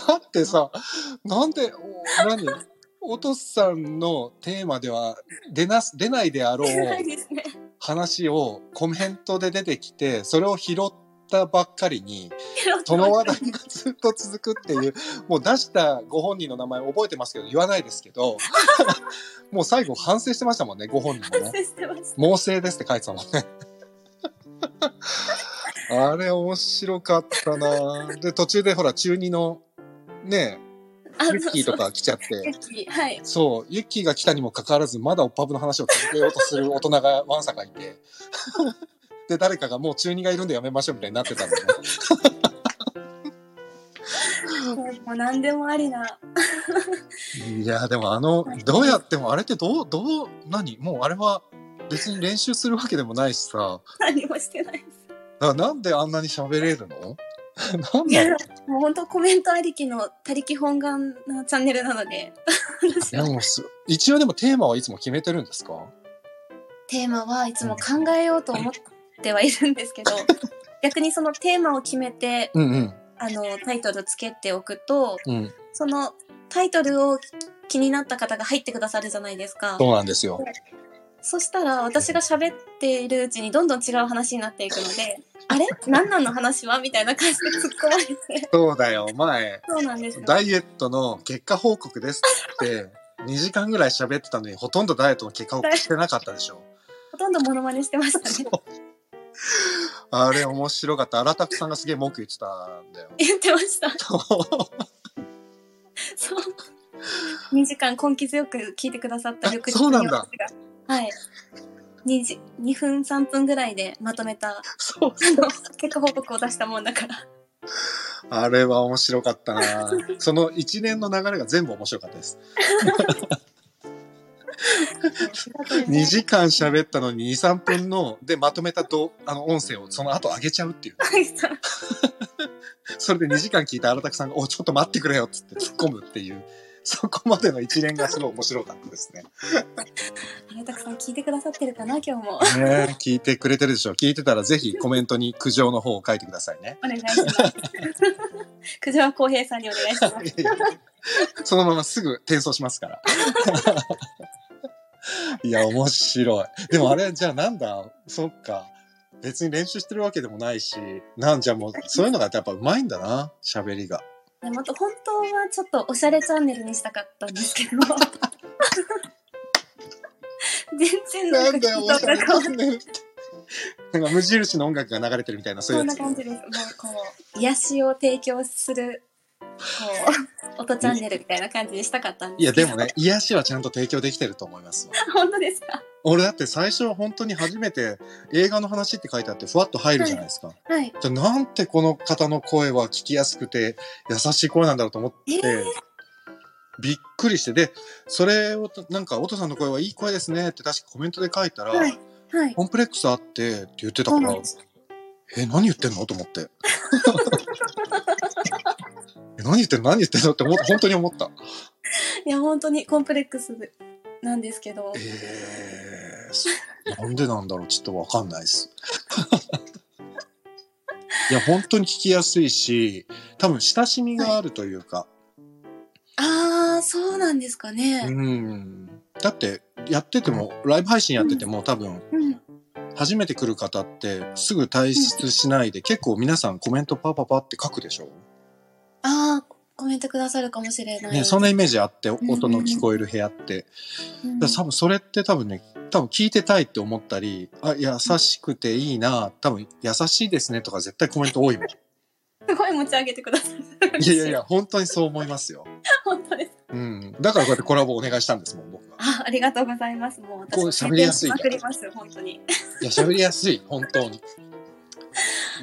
Speaker 1: だってさ、なんで、お何おとさんのテーマでは出なす、出ないであ ろう
Speaker 2: ないですね。
Speaker 1: 話をコメントで出てきて、それを拾ったばっかりに、その話題がずっと続くっていう、もう出したご本人の名前覚えてますけど、言わないですけ ど、もう最後反省してましたもんね、ご本人もね。
Speaker 2: 脱線してます。
Speaker 1: 猛省ですって書いてたもん ね。あれ面白かったなで、途中でほら、中二の、ね
Speaker 2: あ
Speaker 1: ユッキーと。か来ちゃっ
Speaker 2: そうユ
Speaker 1: て、
Speaker 2: ッキーはい。
Speaker 1: そう、ユッキーが来たにもかかわらず、まだオッパブの話を続けようとする大人がわんさかい て、で、誰かがもう中二がいるんでやめましょうみたいになってたもんね。
Speaker 2: もう何でもありな。
Speaker 1: いやでもあのどうやってもあれってどうどう何もうあれは別に練習するわけでもないしさ
Speaker 2: 何もしてない。
Speaker 1: だからなんであんなに喋れるのなん
Speaker 2: い
Speaker 1: だろ
Speaker 2: や
Speaker 1: う
Speaker 2: もう本当コメントありきの他力本願なチャンネルなので。
Speaker 1: いやもうす一応でもテーマはいつも決めてるんですか
Speaker 2: テーマはいつも考えようと思ってはいるんですけど、 逆にそのテーマを決めて
Speaker 1: うんうん
Speaker 2: あのタイトルつけておくと、
Speaker 1: うん
Speaker 2: そのタイトルを気になった方が入ってくださるじゃないですか。
Speaker 1: そうなんですよ
Speaker 2: そしたら私が喋っているうちにどんどん違う話になっていくので、 あれ何なんの話はみたいな感じで突っ込まれて。
Speaker 1: そうだよ前
Speaker 2: そうなんですよ。
Speaker 1: ダイエットの結果報告ですって2時間ぐらい喋ってたのにほとんどダイエットの結果報告してなかったでしょ
Speaker 2: ほとんどモノマネしてましたね。
Speaker 1: あれ面白かった荒拓さんがすげえ文句言ってたんだよ
Speaker 2: 言ってました。そう。2時間根気強く聞いてくださった
Speaker 1: あ
Speaker 2: 翌日
Speaker 1: そうなんだ
Speaker 2: 私がはい。2, 時2分3分ぐらいでまとめた
Speaker 1: そう。
Speaker 2: あの結果報告を出したもんだから
Speaker 1: あれは面白かったな。その一年の流れが全部面白かったです。2時間喋ったのに2、3分の、で、まとめたと、あの、音声をその後上げちゃうっていう。
Speaker 2: はいさ
Speaker 1: それで2時間聞いた荒拓さんが、お、ちょっと待ってくれよっつって突っ込むっていう、そこまでの一連がすごい面白かったですね。
Speaker 2: あれたくさん聞いてくださってるかな今日も
Speaker 1: ねえ聞いてくれてるでしょう。聞いてたらぜひコメントに苦情の方を書いてください ね。
Speaker 2: お願いします。九条浩平さんにお願いします。
Speaker 1: いやいやそのまますぐ転送しますから。いや、面白い。でもあれ、じゃあなんだ、そっか。別に練習してるわけでもないし、なんじゃもう、そういうのがやっぱうまいんだな、喋りが。
Speaker 2: でもっと本当はちょっとおしゃれチャンネルにしたかったんですけ ど。全然
Speaker 1: な
Speaker 2: なんん
Speaker 1: だ
Speaker 2: か
Speaker 1: よ、
Speaker 2: 聞
Speaker 1: お
Speaker 2: い
Speaker 1: しゃ
Speaker 2: た
Speaker 1: れ
Speaker 2: ことが
Speaker 1: チャンネルってなんか無印の音楽が流れてるみたいな、そういう
Speaker 2: そ
Speaker 1: んや
Speaker 2: な
Speaker 1: つ。
Speaker 2: 感じです。もうこう癒しを提供するこう音チャンネルみたいな感じにしたかったん
Speaker 1: い
Speaker 2: で
Speaker 1: や、
Speaker 2: すけ
Speaker 1: で
Speaker 2: ど。
Speaker 1: もね、癒しはちゃんと提供できてると思いますわ。
Speaker 2: 本当ですか。
Speaker 1: 俺だって最初本当に初めて映画の話って書いてあって、ふわっと入るじゃないですか。
Speaker 2: はい。
Speaker 1: じゃあなんてこの方の声は聞きやすくて優しい声なんだろうと思って、
Speaker 2: え
Speaker 1: びっくりしてでそれをなんか「音さんの声はいい声ですね」って確かコメントで書いたら、
Speaker 2: はい。はい。
Speaker 1: コンプレックスあってって言ってた
Speaker 2: そ
Speaker 1: か
Speaker 2: うな
Speaker 1: ら
Speaker 2: んです。
Speaker 1: え何言ってんのと思って え何言ってんの何言ってんのって思っ本当に思った
Speaker 2: いや本当にコンプレックスなんですけど。
Speaker 1: えーそう、なんでなんだろうちょっとわかんない です。いや本当に聞きやすいし多分親しみがあるというか、
Speaker 2: ああそうなんですかね。
Speaker 1: うんだってやっててもライブ配信やってても多分
Speaker 2: うん。
Speaker 1: 初めて来る方ってすぐ退出しないで結構皆さんコメントパパパって書くでしょ、
Speaker 2: ああコメントくださるかもしれない。
Speaker 1: ね、そんなイメージあって音の聞こえる部屋って、
Speaker 2: うん
Speaker 1: だから多分それって多分ね多分聞いてたいって思ったりあ優しくていいな多分優しいですねとか絶対コメント多い もん
Speaker 2: すごい持ち上げてくださる。
Speaker 1: いやいやい。や本当にそう思いますよ、
Speaker 2: 本当です。
Speaker 1: うん、だからこうやってコラボお願いしたんですもん僕は
Speaker 2: あ、ありがとうございます。もう
Speaker 1: こう喋りやすい
Speaker 2: 回転しまくります。本当 に。
Speaker 1: いや喋りやすい本当にいや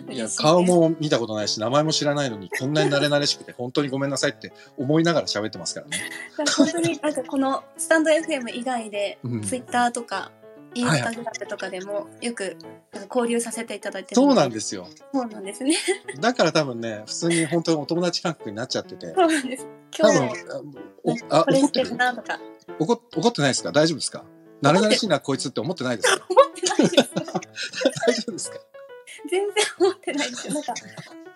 Speaker 2: 嬉しです
Speaker 1: 顔。も見たことないし名前も知らないのにこんなに慣れ慣れしくて本当にごめんなさいって思いながら喋ってますからね。
Speaker 2: だから本当になんかこのスタンド FM 以外で、
Speaker 1: うん
Speaker 2: ツイッターとか。イン
Speaker 1: はい
Speaker 2: スタグラムとかでもよくなんか交流させていただいて
Speaker 1: そうなん
Speaker 2: す。
Speaker 1: ですよ。
Speaker 2: そうなんですね。
Speaker 1: だから多分ね普通に本当にお友達感覚になっちゃってて
Speaker 2: そうなんです。
Speaker 1: 多
Speaker 2: 今
Speaker 1: 分
Speaker 2: 日
Speaker 1: おあ
Speaker 2: これ
Speaker 1: 怒っ
Speaker 2: してて
Speaker 1: る
Speaker 2: るなとか
Speaker 1: 怒っ怒ってないですか大丈夫ですか慣れ慣れしいなこいつって思ってないです か
Speaker 2: 思ってないです。
Speaker 1: 大丈夫ですか
Speaker 2: 全然思ってないですよ。なんか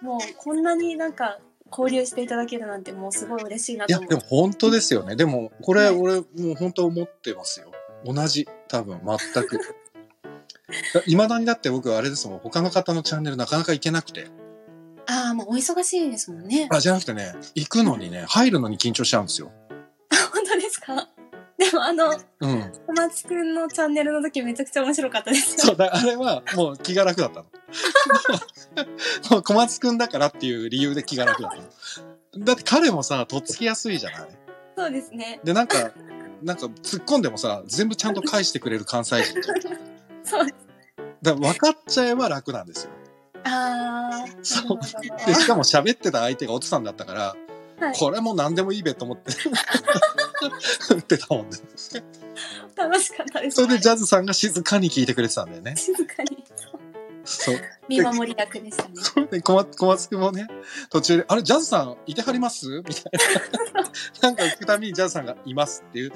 Speaker 2: もうこんなになんか交流していただけるなんてもうすごい嬉しいないと
Speaker 1: や
Speaker 2: 思
Speaker 1: でも
Speaker 2: う。
Speaker 1: 本当ですよねでもこれ
Speaker 2: はい
Speaker 1: 俺もう本当思ってますよ同じ多分全く。 いまだにだって僕あれですもん他の方のチャンネルなかなか行けなくて
Speaker 2: ああもうお忙しいですも んね。
Speaker 1: あじゃなくてね行くのにね入るのに緊張しちゃうんですよ。
Speaker 2: 本当ですか。でもあの
Speaker 1: うん、
Speaker 2: 小松くんのチャンネルの時めちゃくちゃ面白かったです
Speaker 1: そ
Speaker 2: よ。
Speaker 1: うだ、あれはもう気が楽だったの。 もう小松くんだからっていう理由で気が楽だったの。だって彼もさ、とっつきやすいじゃない
Speaker 2: そうですね。
Speaker 1: で、なんか、なんか突っ込んでもさ、全部ちゃんと返してくれる関西人。
Speaker 2: そう。
Speaker 1: だから分かっちゃえば楽なんですよ。
Speaker 2: ああ。
Speaker 1: そう
Speaker 2: なるほ
Speaker 1: で、
Speaker 2: ど
Speaker 1: しかも喋ってた相手がおつさんだったから、
Speaker 2: はい
Speaker 1: これもう何でもいいべと思っ て、打ってたもんね。
Speaker 2: 楽しかったです。
Speaker 1: それでジャズさんが静かに聞いてくれてたんだよね。
Speaker 2: 静かに
Speaker 1: そう。
Speaker 2: 見守り役でしたね。
Speaker 1: それで小松小松君もね途中で「あれジャズさんいてはります?」みたいななんか行くたびにジャズさんが「います」っていう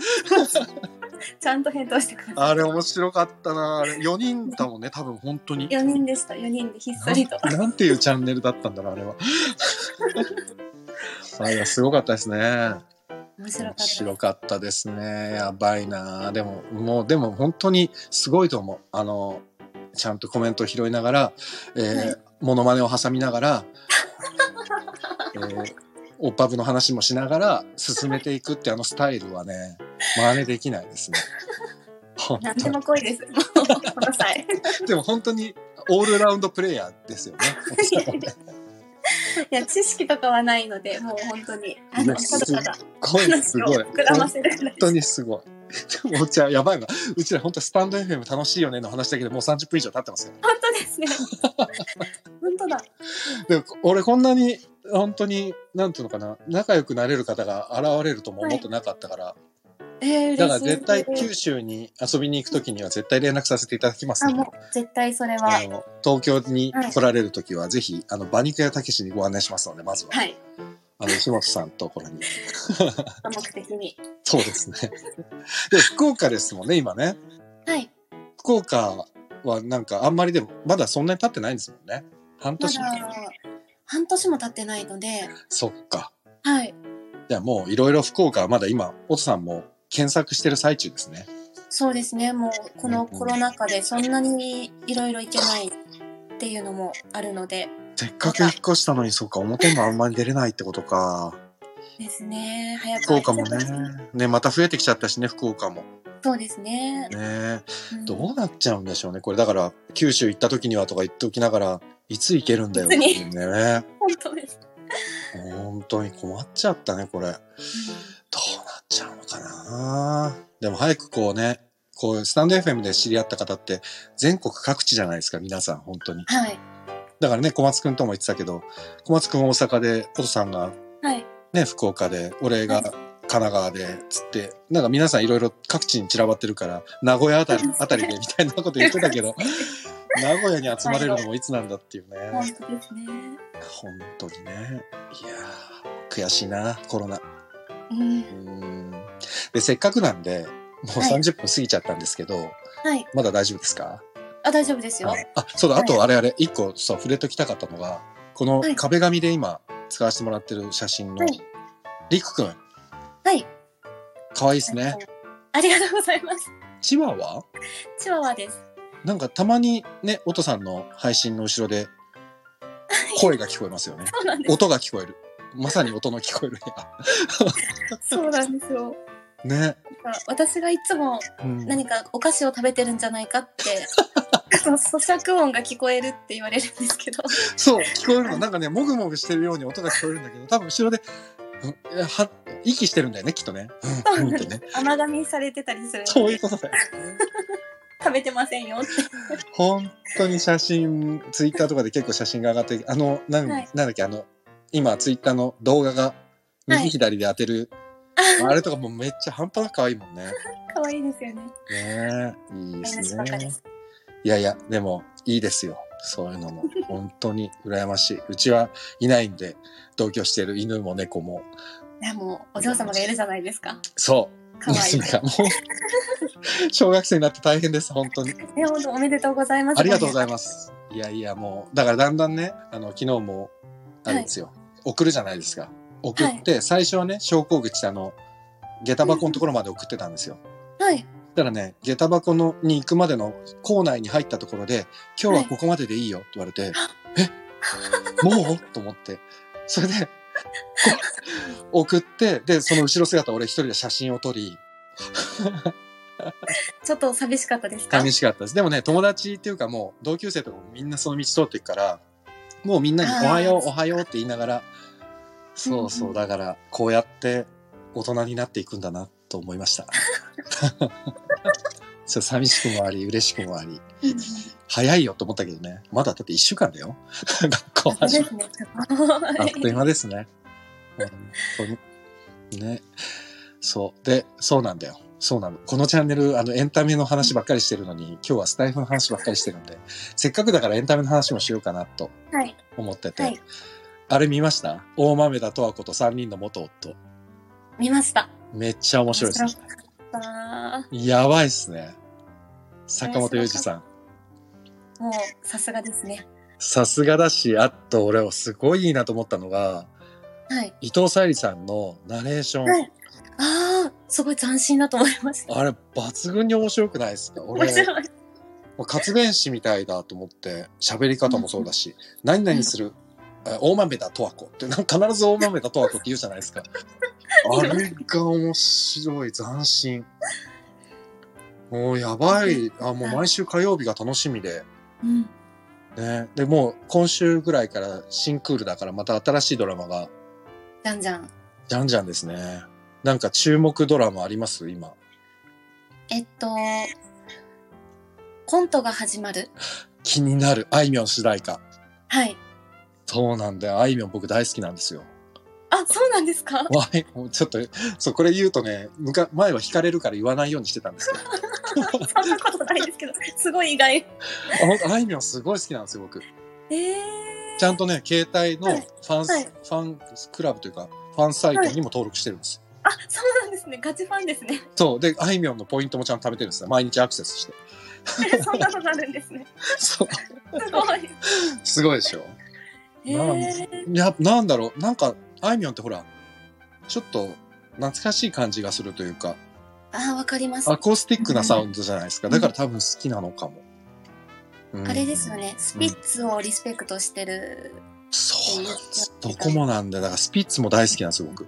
Speaker 2: ちゃんと返答してくださ
Speaker 1: あれ面白かったなあれ4人だもんね多分本当に
Speaker 2: い。四人でした。四人でひっそりと。
Speaker 1: なんなんていうチャンネルだったんだろうあれ はあれはすごかったですね
Speaker 2: 面白か
Speaker 1: 面
Speaker 2: ったです。
Speaker 1: 白かったですねやばいなあでももうでも本当にすごいと思うあのちゃんとコメントを拾いながら、えー
Speaker 2: はい
Speaker 1: モノマネを挟みながら、えーオッパブの話もしながら進めていくってあのスタイルはね真似できないですね。本
Speaker 2: なん
Speaker 1: 当
Speaker 2: で
Speaker 1: に
Speaker 2: も濃いです。もうこの 際。
Speaker 1: でも本当にオールラウンドプレイヤー ですよね。
Speaker 2: いや知識とかはないのでもう本当にあ
Speaker 1: いや
Speaker 2: のただただ
Speaker 1: これす
Speaker 2: 話を
Speaker 1: ごい
Speaker 2: 膨らませるぐら
Speaker 1: 本
Speaker 2: い
Speaker 1: 当にすごい。 もうじゃあやばいわ。うちら本当スタンド FM 楽しいよねの話だけでもう30分以上経ってますよ。
Speaker 2: 本当です ね。本当だ。
Speaker 1: でも俺こんなに本当になんていうのかな仲良くなれる方が現れるとも思ってなかったから、
Speaker 2: えー、
Speaker 1: だから
Speaker 2: 嬉しい
Speaker 1: 絶対九州に遊びに行く時には絶対連絡させていただきます
Speaker 2: あ、
Speaker 1: ので、
Speaker 2: もう絶対それ
Speaker 1: あ
Speaker 2: は。
Speaker 1: の東京に来られる時はぜひ、あの馬肉屋たけしにご案内しますのでまずは、
Speaker 2: はい。
Speaker 1: あの石本さんところに
Speaker 2: 多目的に。
Speaker 1: そうですねで福岡ですもんね今ね
Speaker 2: はい。
Speaker 1: 福岡はなんかあんまりでもまだそんなに経ってないんですもんね半
Speaker 2: ま
Speaker 1: 年、
Speaker 2: だ半年も経ってないので、
Speaker 1: そっか
Speaker 2: はい。
Speaker 1: じゃあもういろいろ福岡はまだ今音さんも検索してる最中ですね
Speaker 2: そうですね。もうこのコロナ禍でそんなにいろいろ行けないっていうのもあるので
Speaker 1: せっかく引っ越したのにそうか表もあんまり出れないってこと か
Speaker 2: ですね。早く
Speaker 1: 福岡もね。ねまた増えてきちゃったしね福岡も
Speaker 2: そうですね。
Speaker 1: ね
Speaker 2: ん
Speaker 1: どうなっちゃうんでしょうねこれだから九州行った時にはとか言っておきながらいつ行けるんだよっていうね
Speaker 2: 本当です。
Speaker 1: 本当に困っちゃったねこれどうなっちゃうのかなでも早くこうねこうスタンド FM で知り合った方って全国各地じゃないですか皆さん本当に
Speaker 2: はい。
Speaker 1: だからね小松くんとも言ってたけど小松くん大阪でお父さんが
Speaker 2: はい。
Speaker 1: ね福岡で俺が
Speaker 2: はい
Speaker 1: 神奈川でつってなんか皆さんいろいろ各地に散らばってるから名古屋 あたりあたりでみたいなこと言ってたけど名古屋に集まれるのもいつなんだっていうね
Speaker 2: 本当ですね。
Speaker 1: 本当にねいやー悔しいなコロナ
Speaker 2: うん
Speaker 1: う。んでせっかくなんでもう
Speaker 2: はい
Speaker 1: 30分過ぎちゃったんですけど、
Speaker 2: はい。
Speaker 1: まだ大丈夫ですか
Speaker 2: あ、大丈夫ですよ。
Speaker 1: はいあそうだあとあれあれ一個そう触れときたかったのがこの
Speaker 2: はい
Speaker 1: 壁紙で今使わせてもらってる写真の
Speaker 2: はい
Speaker 1: りくくん
Speaker 2: はい。
Speaker 1: かわいいですね。
Speaker 2: ありがとうございます。
Speaker 1: チワワ
Speaker 2: チワワです。
Speaker 1: なんかたまにね、音さんの配信の後ろで声が聞こえますよね。
Speaker 2: そうなんです。
Speaker 1: 音が聞こえる。まさに音の聞こえる
Speaker 2: そうなんですよ。
Speaker 1: 部屋。ね。
Speaker 2: なんか私がいつも
Speaker 1: うん
Speaker 2: 何かお菓子を食べてるんじゃないかって。 その咀嚼音が聞こえるって言われるんですけど。
Speaker 1: そう、聞こえるの。なんかね、もぐもぐしてるように音が聞こえるんだけど、多分後ろで、うんは息してるんだよね、きっとね。
Speaker 2: そう
Speaker 1: う
Speaker 2: なんん
Speaker 1: うん
Speaker 2: で
Speaker 1: っ
Speaker 2: す
Speaker 1: てね。
Speaker 2: 甘噛みされてたりする。
Speaker 1: そういうことだよ。
Speaker 2: 食べてませんよって。
Speaker 1: 本当に写真、ツイッターとかで結構写真が上がって、あの、なん,、
Speaker 2: はい
Speaker 1: なんだっけ、あの、今ツイッターの動画が
Speaker 2: は
Speaker 1: 右
Speaker 2: い
Speaker 1: 左で当てる、あれとかもうめっちゃ半端なく可愛いもんね。
Speaker 2: 可愛いですよね。
Speaker 1: ねえ、いいで
Speaker 2: マイ
Speaker 1: す
Speaker 2: ナスばっかで
Speaker 1: ね。
Speaker 2: す。
Speaker 1: いやいや、でもいいですよ。そういうのも本当に羨ましい。うちはいないんで、同居してる犬も猫も、
Speaker 2: いやもうお嬢様がいるじゃないですか。
Speaker 1: そう、
Speaker 2: 可愛い。
Speaker 1: 娘がもう小学生になって大変です。本当に
Speaker 2: え本当おめでとうございます。
Speaker 1: ありがとうございます。いやいや、もうだからだんだんね、あの昨日もあれですよ、送るじゃないですか。送って、最初はね、昇降口あの下駄箱のところまで送ってたんですよ。
Speaker 2: はい。
Speaker 1: だからね、下駄箱のに行くまでの校内に入ったところで、今日はここまででいいよって言われて、えもうと思って、それで、こう送って、で、その後ろ姿、俺一人で写真を撮り、
Speaker 2: ちょっと寂しかったですか。
Speaker 1: 寂しかったです。でもね、友達っていうかもう、同級生とかもみんなその道通っていくから、もうみんなに
Speaker 2: あ
Speaker 1: お
Speaker 2: ー
Speaker 1: はよう、おはようって言いながら、そう
Speaker 2: う
Speaker 1: そ
Speaker 2: んう
Speaker 1: う、
Speaker 2: ん
Speaker 1: だから、こうやって大人になっていくんだなと思いました。 そう寂しくもあり、嬉しくもあり。
Speaker 2: うん
Speaker 1: 早いよと思ったけどね。まだだって一週間だよ。 学校
Speaker 2: そう
Speaker 1: 始
Speaker 2: で
Speaker 1: まっ
Speaker 2: すね。
Speaker 1: たあっという間ですね。本当に。ね。そう。で、そうなんだよ。そうなの。このチャンネル、あの、エンタメの話ばっかりしてるのに、今日はスタイフの話ばっかりしてるんで、せっかくだからエンタメの話もしようかなと
Speaker 2: はい
Speaker 1: 思ってて。
Speaker 2: はい
Speaker 1: あれ見ました大豆田十和子と3人の元夫。
Speaker 2: 見ました。
Speaker 1: めっちゃ面白いですね。
Speaker 2: 面白かった
Speaker 1: やばいっすね。坂本裕二さん。
Speaker 2: もうさすがですね。
Speaker 1: さすがだし、あと俺はすごいいいなと思ったのが、
Speaker 2: はい。
Speaker 1: 伊藤沙莉さんのナレーション、
Speaker 2: はい。ああすごい斬新だと思いました。
Speaker 1: あれ抜群に面白くないですか
Speaker 2: 面
Speaker 1: 俺
Speaker 2: 白い。
Speaker 1: もう活弁士みたいだと思って喋り方もそうだし、何々する、あ大豆だ十和子って なんか必ず大豆だ十和子って言う じゃないですかあれが面白い斬新もうやばいあもう毎週火曜日が楽しみで
Speaker 2: うん。
Speaker 1: ねでもう今週ぐらいから新クールだからまた新しいドラマが
Speaker 2: じゃんじゃん。
Speaker 1: じゃんじゃんですねなんか注目ドラマあります今
Speaker 2: えっと、コントが始まる。
Speaker 1: 気になるあいみょん主題歌
Speaker 2: はい。
Speaker 1: そうなんだよあいみょん僕大好きなんですよ
Speaker 2: あ、そうなんです か
Speaker 1: わいもうちょっとそうこれ言うとねむか前は惹かれるから言わないようにしてたんですけど
Speaker 2: そんなことないですけど、すごい意外。
Speaker 1: あほんとあいみょんすごい好きなんですよ僕
Speaker 2: えー、
Speaker 1: ちゃんとね携帯
Speaker 2: は
Speaker 1: の
Speaker 2: い
Speaker 1: ファンス、
Speaker 2: はい
Speaker 1: ファンクラブというかファンサイトにも登録してるんです、
Speaker 2: あ、そうなんですね。ガチファンです ね。
Speaker 1: そうであいみょんのポイントもちゃんと食べてるんですよ毎日アクセスして
Speaker 2: そんなことあるんですね。
Speaker 1: そう
Speaker 2: すごい。
Speaker 1: すごいでしょ
Speaker 2: えー、
Speaker 1: いやなんだろうなんかあいみょんってほらちょっと懐かしい感じがするというか
Speaker 2: あ、わかります。
Speaker 1: ア
Speaker 2: あ
Speaker 1: コースティックなサウンドじゃないですかだから多分好きなのかも、うん
Speaker 2: れですよね。スピッツをリスペクトしてる。
Speaker 1: そうなんですどこもなんだよだからスピッツも大好きなんですよ僕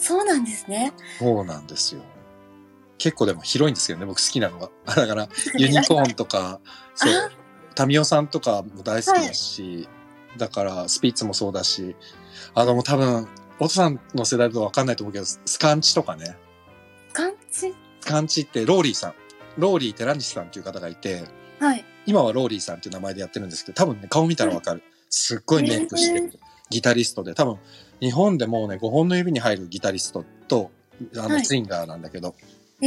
Speaker 2: そうなんですね。
Speaker 1: そうなんですよ結構でも広いんですけどね僕好きなのが だからユニコーンとかそうタミオさんとかも大好きだし、だからスピッツもそうだしあのもう多分お父さんの世代だと分かんないと思うけどスカンチとかね
Speaker 2: 感じ
Speaker 1: スカンチってローリーさんローリー寺西さんっていう方がいて
Speaker 2: はい。
Speaker 1: 今はローリーさんっていう名前でやってるんですけど多分ね顔見たら分かる、すっごいメイクしてるギタリストで多分日本でもうね5本の指に入るギタリストとあ
Speaker 2: は
Speaker 1: の
Speaker 2: い
Speaker 1: ツインガーなんだけど、
Speaker 2: え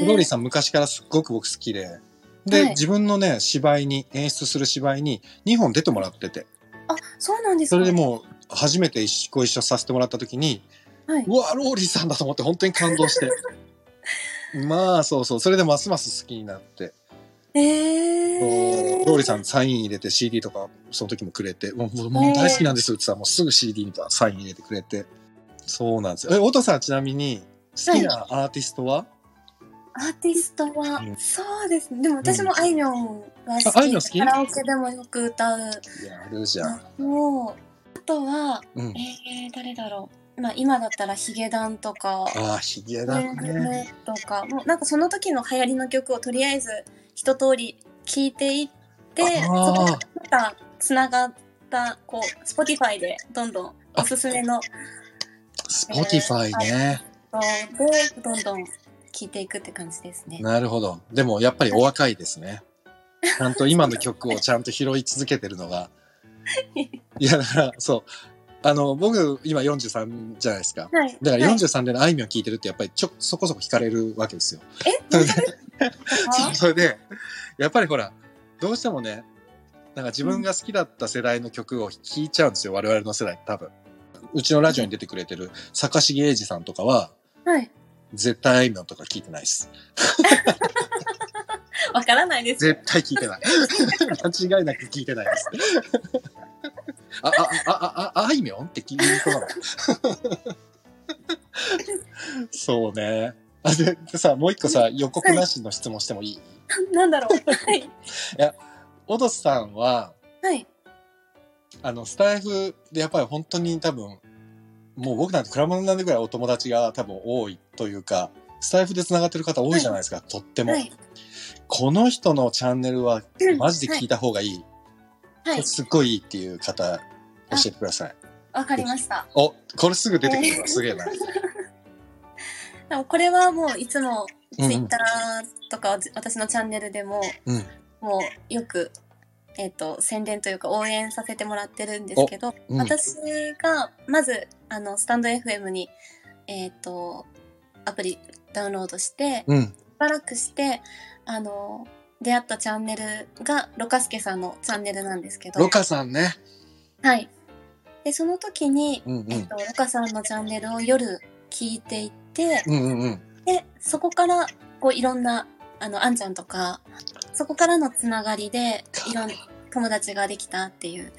Speaker 2: ー。
Speaker 1: ローリーさん昔からすっごく僕好きで、で、
Speaker 2: はい
Speaker 1: 自分のね、芝居に、演出する芝居に2本出てもらってて、
Speaker 2: あ、そうなんですか
Speaker 1: それでもう初めて一緒ご一緒させてもらった時に、。
Speaker 2: う、はいう
Speaker 1: わ、ローリーさんだと思って本当に感動 して。まあ、そうそう、それでますます好きになって、
Speaker 2: え
Speaker 1: そう
Speaker 2: ー。
Speaker 1: ローリーさんサイン入れて CD とかその時もくれて、もうもうもう大好きなんですって言ったらもうすぐ CD にサイン入れてくれて、そうなんですよ。え、太田さんちなみに好きなアーティストは、
Speaker 2: アーティストは、
Speaker 1: うん
Speaker 2: そうですね。でも私もあいみょんが好き。
Speaker 1: ああいみょん好き
Speaker 2: カラオケでもよく歌う。
Speaker 1: やるじゃん。
Speaker 2: もう、あとは、
Speaker 1: うん。
Speaker 2: えー、誰だろう。まあ今だったらヒゲダンとか、
Speaker 1: ああ、ヒゲだ
Speaker 2: ム
Speaker 1: ね。
Speaker 2: ねとか、もうなんかその時の流行りの曲をとりあえず一通り聴いていって、そ
Speaker 1: あー
Speaker 2: こからまたつながった、こう、Spotify でどんどんおすすめの
Speaker 1: スポティファイね。
Speaker 2: 人でどんどん聴いていくって感じですね。
Speaker 1: なるほど。でもやっぱりお若いですね。ちゃんと今の曲をちゃんと拾い続けてるのが。 いやだからそう。あの僕今43じゃないですか。
Speaker 2: はい。
Speaker 1: だから
Speaker 2: はい
Speaker 1: 43でのあいみょん聞いてるってやっぱりちょそこそこ惹かれるわけですよ。
Speaker 2: え、本当です か
Speaker 1: それでやっぱりほらどうしてもねなんか自分が好きだった世代の曲を聴いちゃうんですよ、我々の世代多分。うちのラジオに出てくれてる坂重英二さんとかは
Speaker 2: はい。
Speaker 1: 絶対あいみょんとか聞いてないです。
Speaker 2: わからないです。
Speaker 1: 絶対聞いてない。間違いなく聞いてないです。あ、あ、あ、あ、あ、あいみょんって聞いてそうなのそうね。あででさ、もう一個さ、予告なしの質問してもいい、
Speaker 2: なんだろう。はい。
Speaker 1: オドスさんは、
Speaker 2: はい。
Speaker 1: あの、スタイフでやっぱり本当に多分、もう僕なんてクラブなんでぐらいお友達が多分多いというか、スタイフで繋がってる方多いじゃないですか、とっても、
Speaker 2: はい。
Speaker 1: この人のチャンネルはマジで聞いた方がいい
Speaker 2: は
Speaker 1: これ
Speaker 2: い。
Speaker 1: すっごいいいっていう方教えてください。
Speaker 2: わかりました。
Speaker 1: お、これすぐ出てくるわ。すげ えな。
Speaker 2: でもこれはもういつも
Speaker 1: うんうん
Speaker 2: Twitter とか私のチャンネルでも、
Speaker 1: うん。
Speaker 2: もうよく、えっ、と、宣伝というか応援させてもらってるんですけど、
Speaker 1: うん、
Speaker 2: 私がまず、あの、スタンド FM に、えっ、と、アプリダウンロードして、
Speaker 1: うん。
Speaker 2: しばらくして、あの、出会ったチャンネルが、ロカスケさんのチャンネルなんですけど。
Speaker 1: ロカさんね。
Speaker 2: はい。で、その時に、
Speaker 1: うんう
Speaker 2: えっ
Speaker 1: ん。
Speaker 2: と、ルカさんのチャンネルを夜聞いていって、
Speaker 1: うんうんうん。
Speaker 2: で、そこから、こう、いろんな、あの、あんちゃんとか、そこからのつながりで、いろんな友達ができたっていう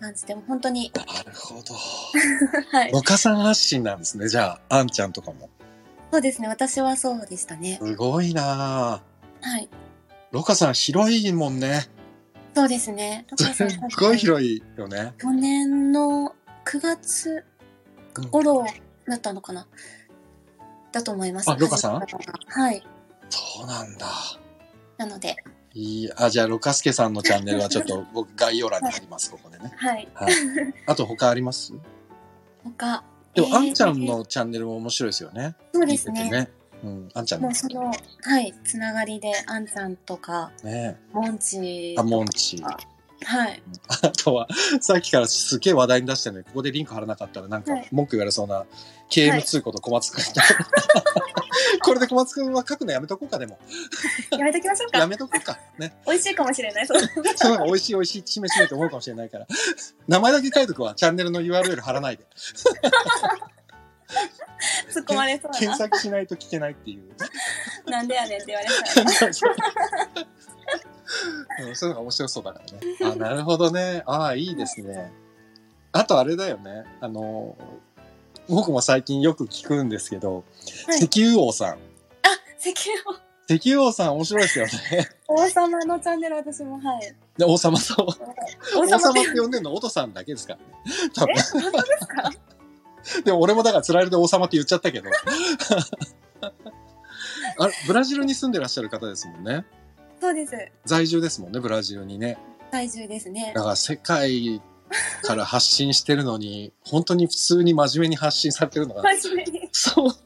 Speaker 2: 感じで、もう本当に、
Speaker 1: なるほど。
Speaker 2: はい。
Speaker 1: ロカさん発信なんですね。じゃあ、あんちゃんとかも。
Speaker 2: そうですね、私はそうでしたね。
Speaker 1: すごいなぁ。
Speaker 2: はい。
Speaker 1: ロカさん広いもんね。
Speaker 2: そうですね。ルカ
Speaker 1: す
Speaker 2: さん
Speaker 1: っご い広いよね。
Speaker 2: 去年の9月頃だったのかな、だと思います。
Speaker 1: あルカさん
Speaker 2: 始まったのがはい。
Speaker 1: そうなんだ。
Speaker 2: なので、
Speaker 1: いい。あ、じゃあ、ロカスケさんのチャンネルはちょっ と僕概要欄に貼ります、ここでね。
Speaker 2: はい。
Speaker 1: はい。あと他あります
Speaker 2: 他、
Speaker 1: でも、あんちゃん
Speaker 2: えー
Speaker 1: のチャンネルも面白いですよね。
Speaker 2: そうです
Speaker 1: 聞いて
Speaker 2: ね
Speaker 1: て。ねうん、あんちゃん
Speaker 2: も
Speaker 1: の
Speaker 2: うその、はい、つながりで、あんちゃんとか、
Speaker 1: ね
Speaker 2: モンチ
Speaker 1: あ、モンチ
Speaker 2: あはい、
Speaker 1: あとは さっきからすげえ話題に出してるのにここでリンク貼らなかったらなんか
Speaker 2: はい
Speaker 1: 文句言われそうな経営の通行と小松くん、 これで小松くんは書くのやめとこうかでも
Speaker 2: やめときましょう
Speaker 1: や
Speaker 2: か。
Speaker 1: めとこうかね
Speaker 2: 美味しいかもしれない。そう
Speaker 1: その方が美味しい美味しいしめしめと思うかもしれないから名前だけ書いとくわチャンネルの URL 貼らないで
Speaker 2: 突っ込まれそう
Speaker 1: 検索しないと聞けないっていう
Speaker 2: な。なんでやねんって言われたら。
Speaker 1: うんそういうのが面白そうだからね。あ、なるほどね。ああ、いいですね。あとあれだよね。あの、僕も最近よく聞くんですけど、
Speaker 2: はい
Speaker 1: 石油王さん。
Speaker 2: あ、石油
Speaker 1: 石油王さん面白いですよね。
Speaker 2: 王様のチャンネル、私も、はい。
Speaker 1: で王様と、
Speaker 2: 王
Speaker 1: 王様
Speaker 2: 様
Speaker 1: っ
Speaker 2: で
Speaker 1: て呼んでるのオトさんだけですからね。多分。
Speaker 2: す か
Speaker 1: でも俺もだからつられで王様って言っちゃったけど。 あれ、ブラジルに住んでらっしゃる方ですもんね。
Speaker 2: そうです。
Speaker 1: 在住ですもんね、ブラジルにね。
Speaker 2: 体重ですね
Speaker 1: だ。から世界から発信してるの に、本当に普通に真面目に発信されてるのが、
Speaker 2: 真面目に。
Speaker 1: そう。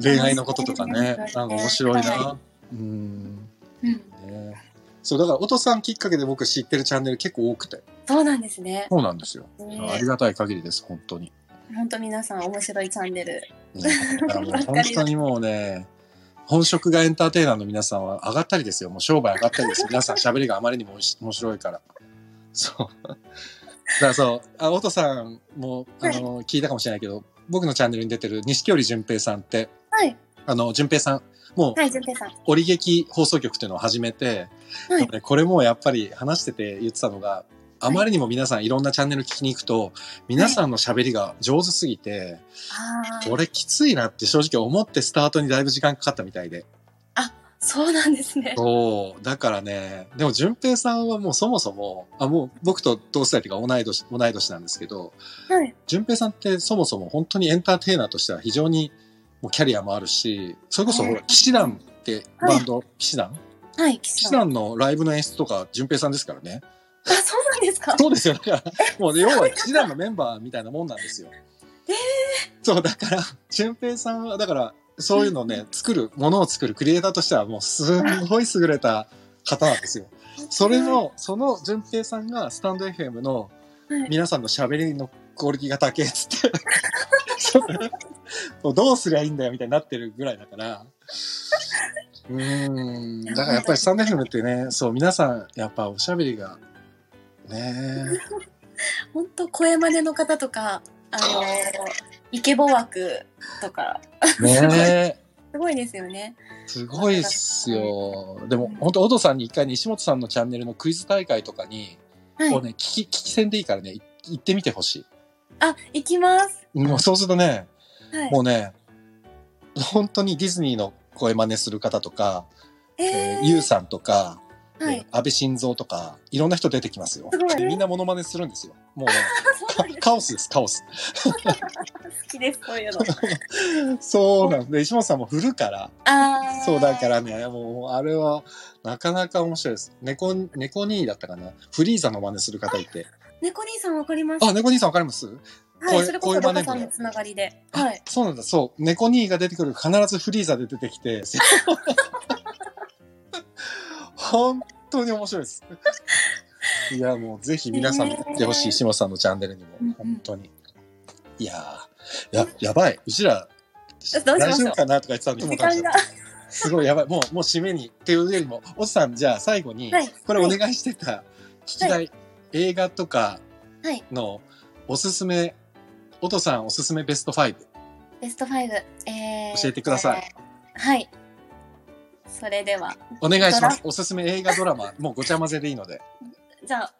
Speaker 1: 恋愛のこととかね、なんか面白いな
Speaker 2: は。
Speaker 1: うん、
Speaker 2: うん。
Speaker 1: ね。そう、だから、おとさんきっかけで僕知ってるチャンネル結構多くて。
Speaker 2: そうなんですね。
Speaker 1: そうなんですよ。あり
Speaker 2: ね
Speaker 1: がたい限りです、本当に。
Speaker 2: 本当皆さん面白いチャンネル。
Speaker 1: ねだからもう本当にもうね、本職がエンターテイナーの皆さんは上がったりですよ。もう商売上がったり です。皆さん喋りがあまりにもおいし面白いから。そう。だからそう、あ、おとさんも、あの、聞いたかもしれないけど、僕のチャンネルに出てる錦織淳平さんって、
Speaker 2: はい。
Speaker 1: あの、淳平さん、もう、
Speaker 2: はい、純平さん。
Speaker 1: 折劇放送局っていうのを始めて、
Speaker 2: はい
Speaker 1: でこれもやっぱり話してて言ってたのが、あまりにも皆さんいろんなチャンネル聞きに行くと、皆さんの喋りが上手すぎて、
Speaker 2: ああ。
Speaker 1: 俺きついなって正直思ってスタートにだいぶ時間かかったみたいで。
Speaker 2: そうなんですね。
Speaker 1: そう。だからね、でも淳平さんはもうそもそも、あ、もう僕と同世代というか同い年、同い年なんですけど、
Speaker 2: はい。
Speaker 1: 淳平さんってそもそも本当にエンターテイナーとしては非常にもうキャリアもあるし、それこそほら、
Speaker 2: はい
Speaker 1: 騎士団ってバンド、騎士団
Speaker 2: はい、
Speaker 1: 騎
Speaker 2: 岸
Speaker 1: 士
Speaker 2: さん。あ、
Speaker 1: 団のライブの演出とか淳平さんですからね。
Speaker 2: そうなんですか。
Speaker 1: そうですよ。だから、もうね要は騎士団のメンバーみたいなもんなんですよ。
Speaker 2: えー
Speaker 1: そう、だから、淳平さんは、だから、そういうのをね、作る、ものを作るクリエイターとしては、もうすごい優れた方なんですよ。それの、その淳平さんが、スタンド FM の
Speaker 2: はい
Speaker 1: 皆さんの喋りのクオリティが高いっつって、 そうもうどうすりゃいいんだよみたいになってるぐらいだから。うーん。だからやっぱりスタンド FM ってね、そう、皆さん、やっぱおしゃべりが、ねえ。
Speaker 2: 本当声真似の方とか、あのイケボ枠とか、
Speaker 1: ねえ。
Speaker 2: すごいですよね。
Speaker 1: すごいっすよ。でも、本当オドさんに一回西本さんのチャンネルのクイズ大会とかに、
Speaker 2: はい
Speaker 1: こう。ね、聞き、聞き戦でいいからね、い行ってみてほし
Speaker 2: あ、行きます。
Speaker 1: い。もうそうするとね、
Speaker 2: はい
Speaker 1: も。うね、本当にディズニーの声真似する方とか、え
Speaker 2: え
Speaker 1: ー、ゆ
Speaker 2: ー
Speaker 1: う、さんとか、
Speaker 2: は
Speaker 1: えー
Speaker 2: い。
Speaker 1: 安倍晋三とか、いろんな人出てきますよ
Speaker 2: すご。い
Speaker 1: みんなモノマネするんですよ。もうね、
Speaker 2: あそうなんで す。
Speaker 1: カオスです、カオス。
Speaker 2: 好きです、そ ういうの。
Speaker 1: そうなんで、石本さんも振るから、
Speaker 2: ああ。
Speaker 1: そうだか。らね、もうあれはなかなか面白いです。猫、猫兄だったかな。フリーザの真似する方いて。
Speaker 2: 猫兄さんわかります。
Speaker 1: あ、猫兄さんわかります
Speaker 2: は
Speaker 1: こうい
Speaker 2: い、
Speaker 1: う
Speaker 2: それこ
Speaker 1: こうい
Speaker 2: そ
Speaker 1: 真
Speaker 2: うロ
Speaker 1: 似
Speaker 2: カさんのつながりで。はい。
Speaker 1: そうなんだ、そう。猫兄が出てくると必ずフリーザで出てき て。本当に面白いです。いや、もうぜひ皆さんも行ってほし
Speaker 2: ね
Speaker 1: い、下さんのチャンネルにも
Speaker 2: うんうん。
Speaker 1: 本当に。いやー、や、やばい。うちら、
Speaker 2: どうしま
Speaker 1: 大
Speaker 2: しょう
Speaker 1: 丈夫かなとか言ってたのにも
Speaker 2: 時
Speaker 1: う大丈
Speaker 2: 間
Speaker 1: 夫
Speaker 2: が。
Speaker 1: すごいやばい。もう、もう締めに。っていうよりも、おっさん、じゃあ最後に、
Speaker 2: はい
Speaker 1: これお願いしてた、聞きたい、
Speaker 2: は
Speaker 1: 映画とか
Speaker 2: はい
Speaker 1: のおすすめ、おとさんおすすめベスト5。
Speaker 2: ベスト5。えー、
Speaker 1: 教えてください。
Speaker 2: はい。それでは、
Speaker 1: お願いし
Speaker 2: ド
Speaker 1: ま
Speaker 2: ラ
Speaker 1: す。おすすめ映画ドラマ、もうごちゃ混ぜでいいので。
Speaker 2: じゃあ、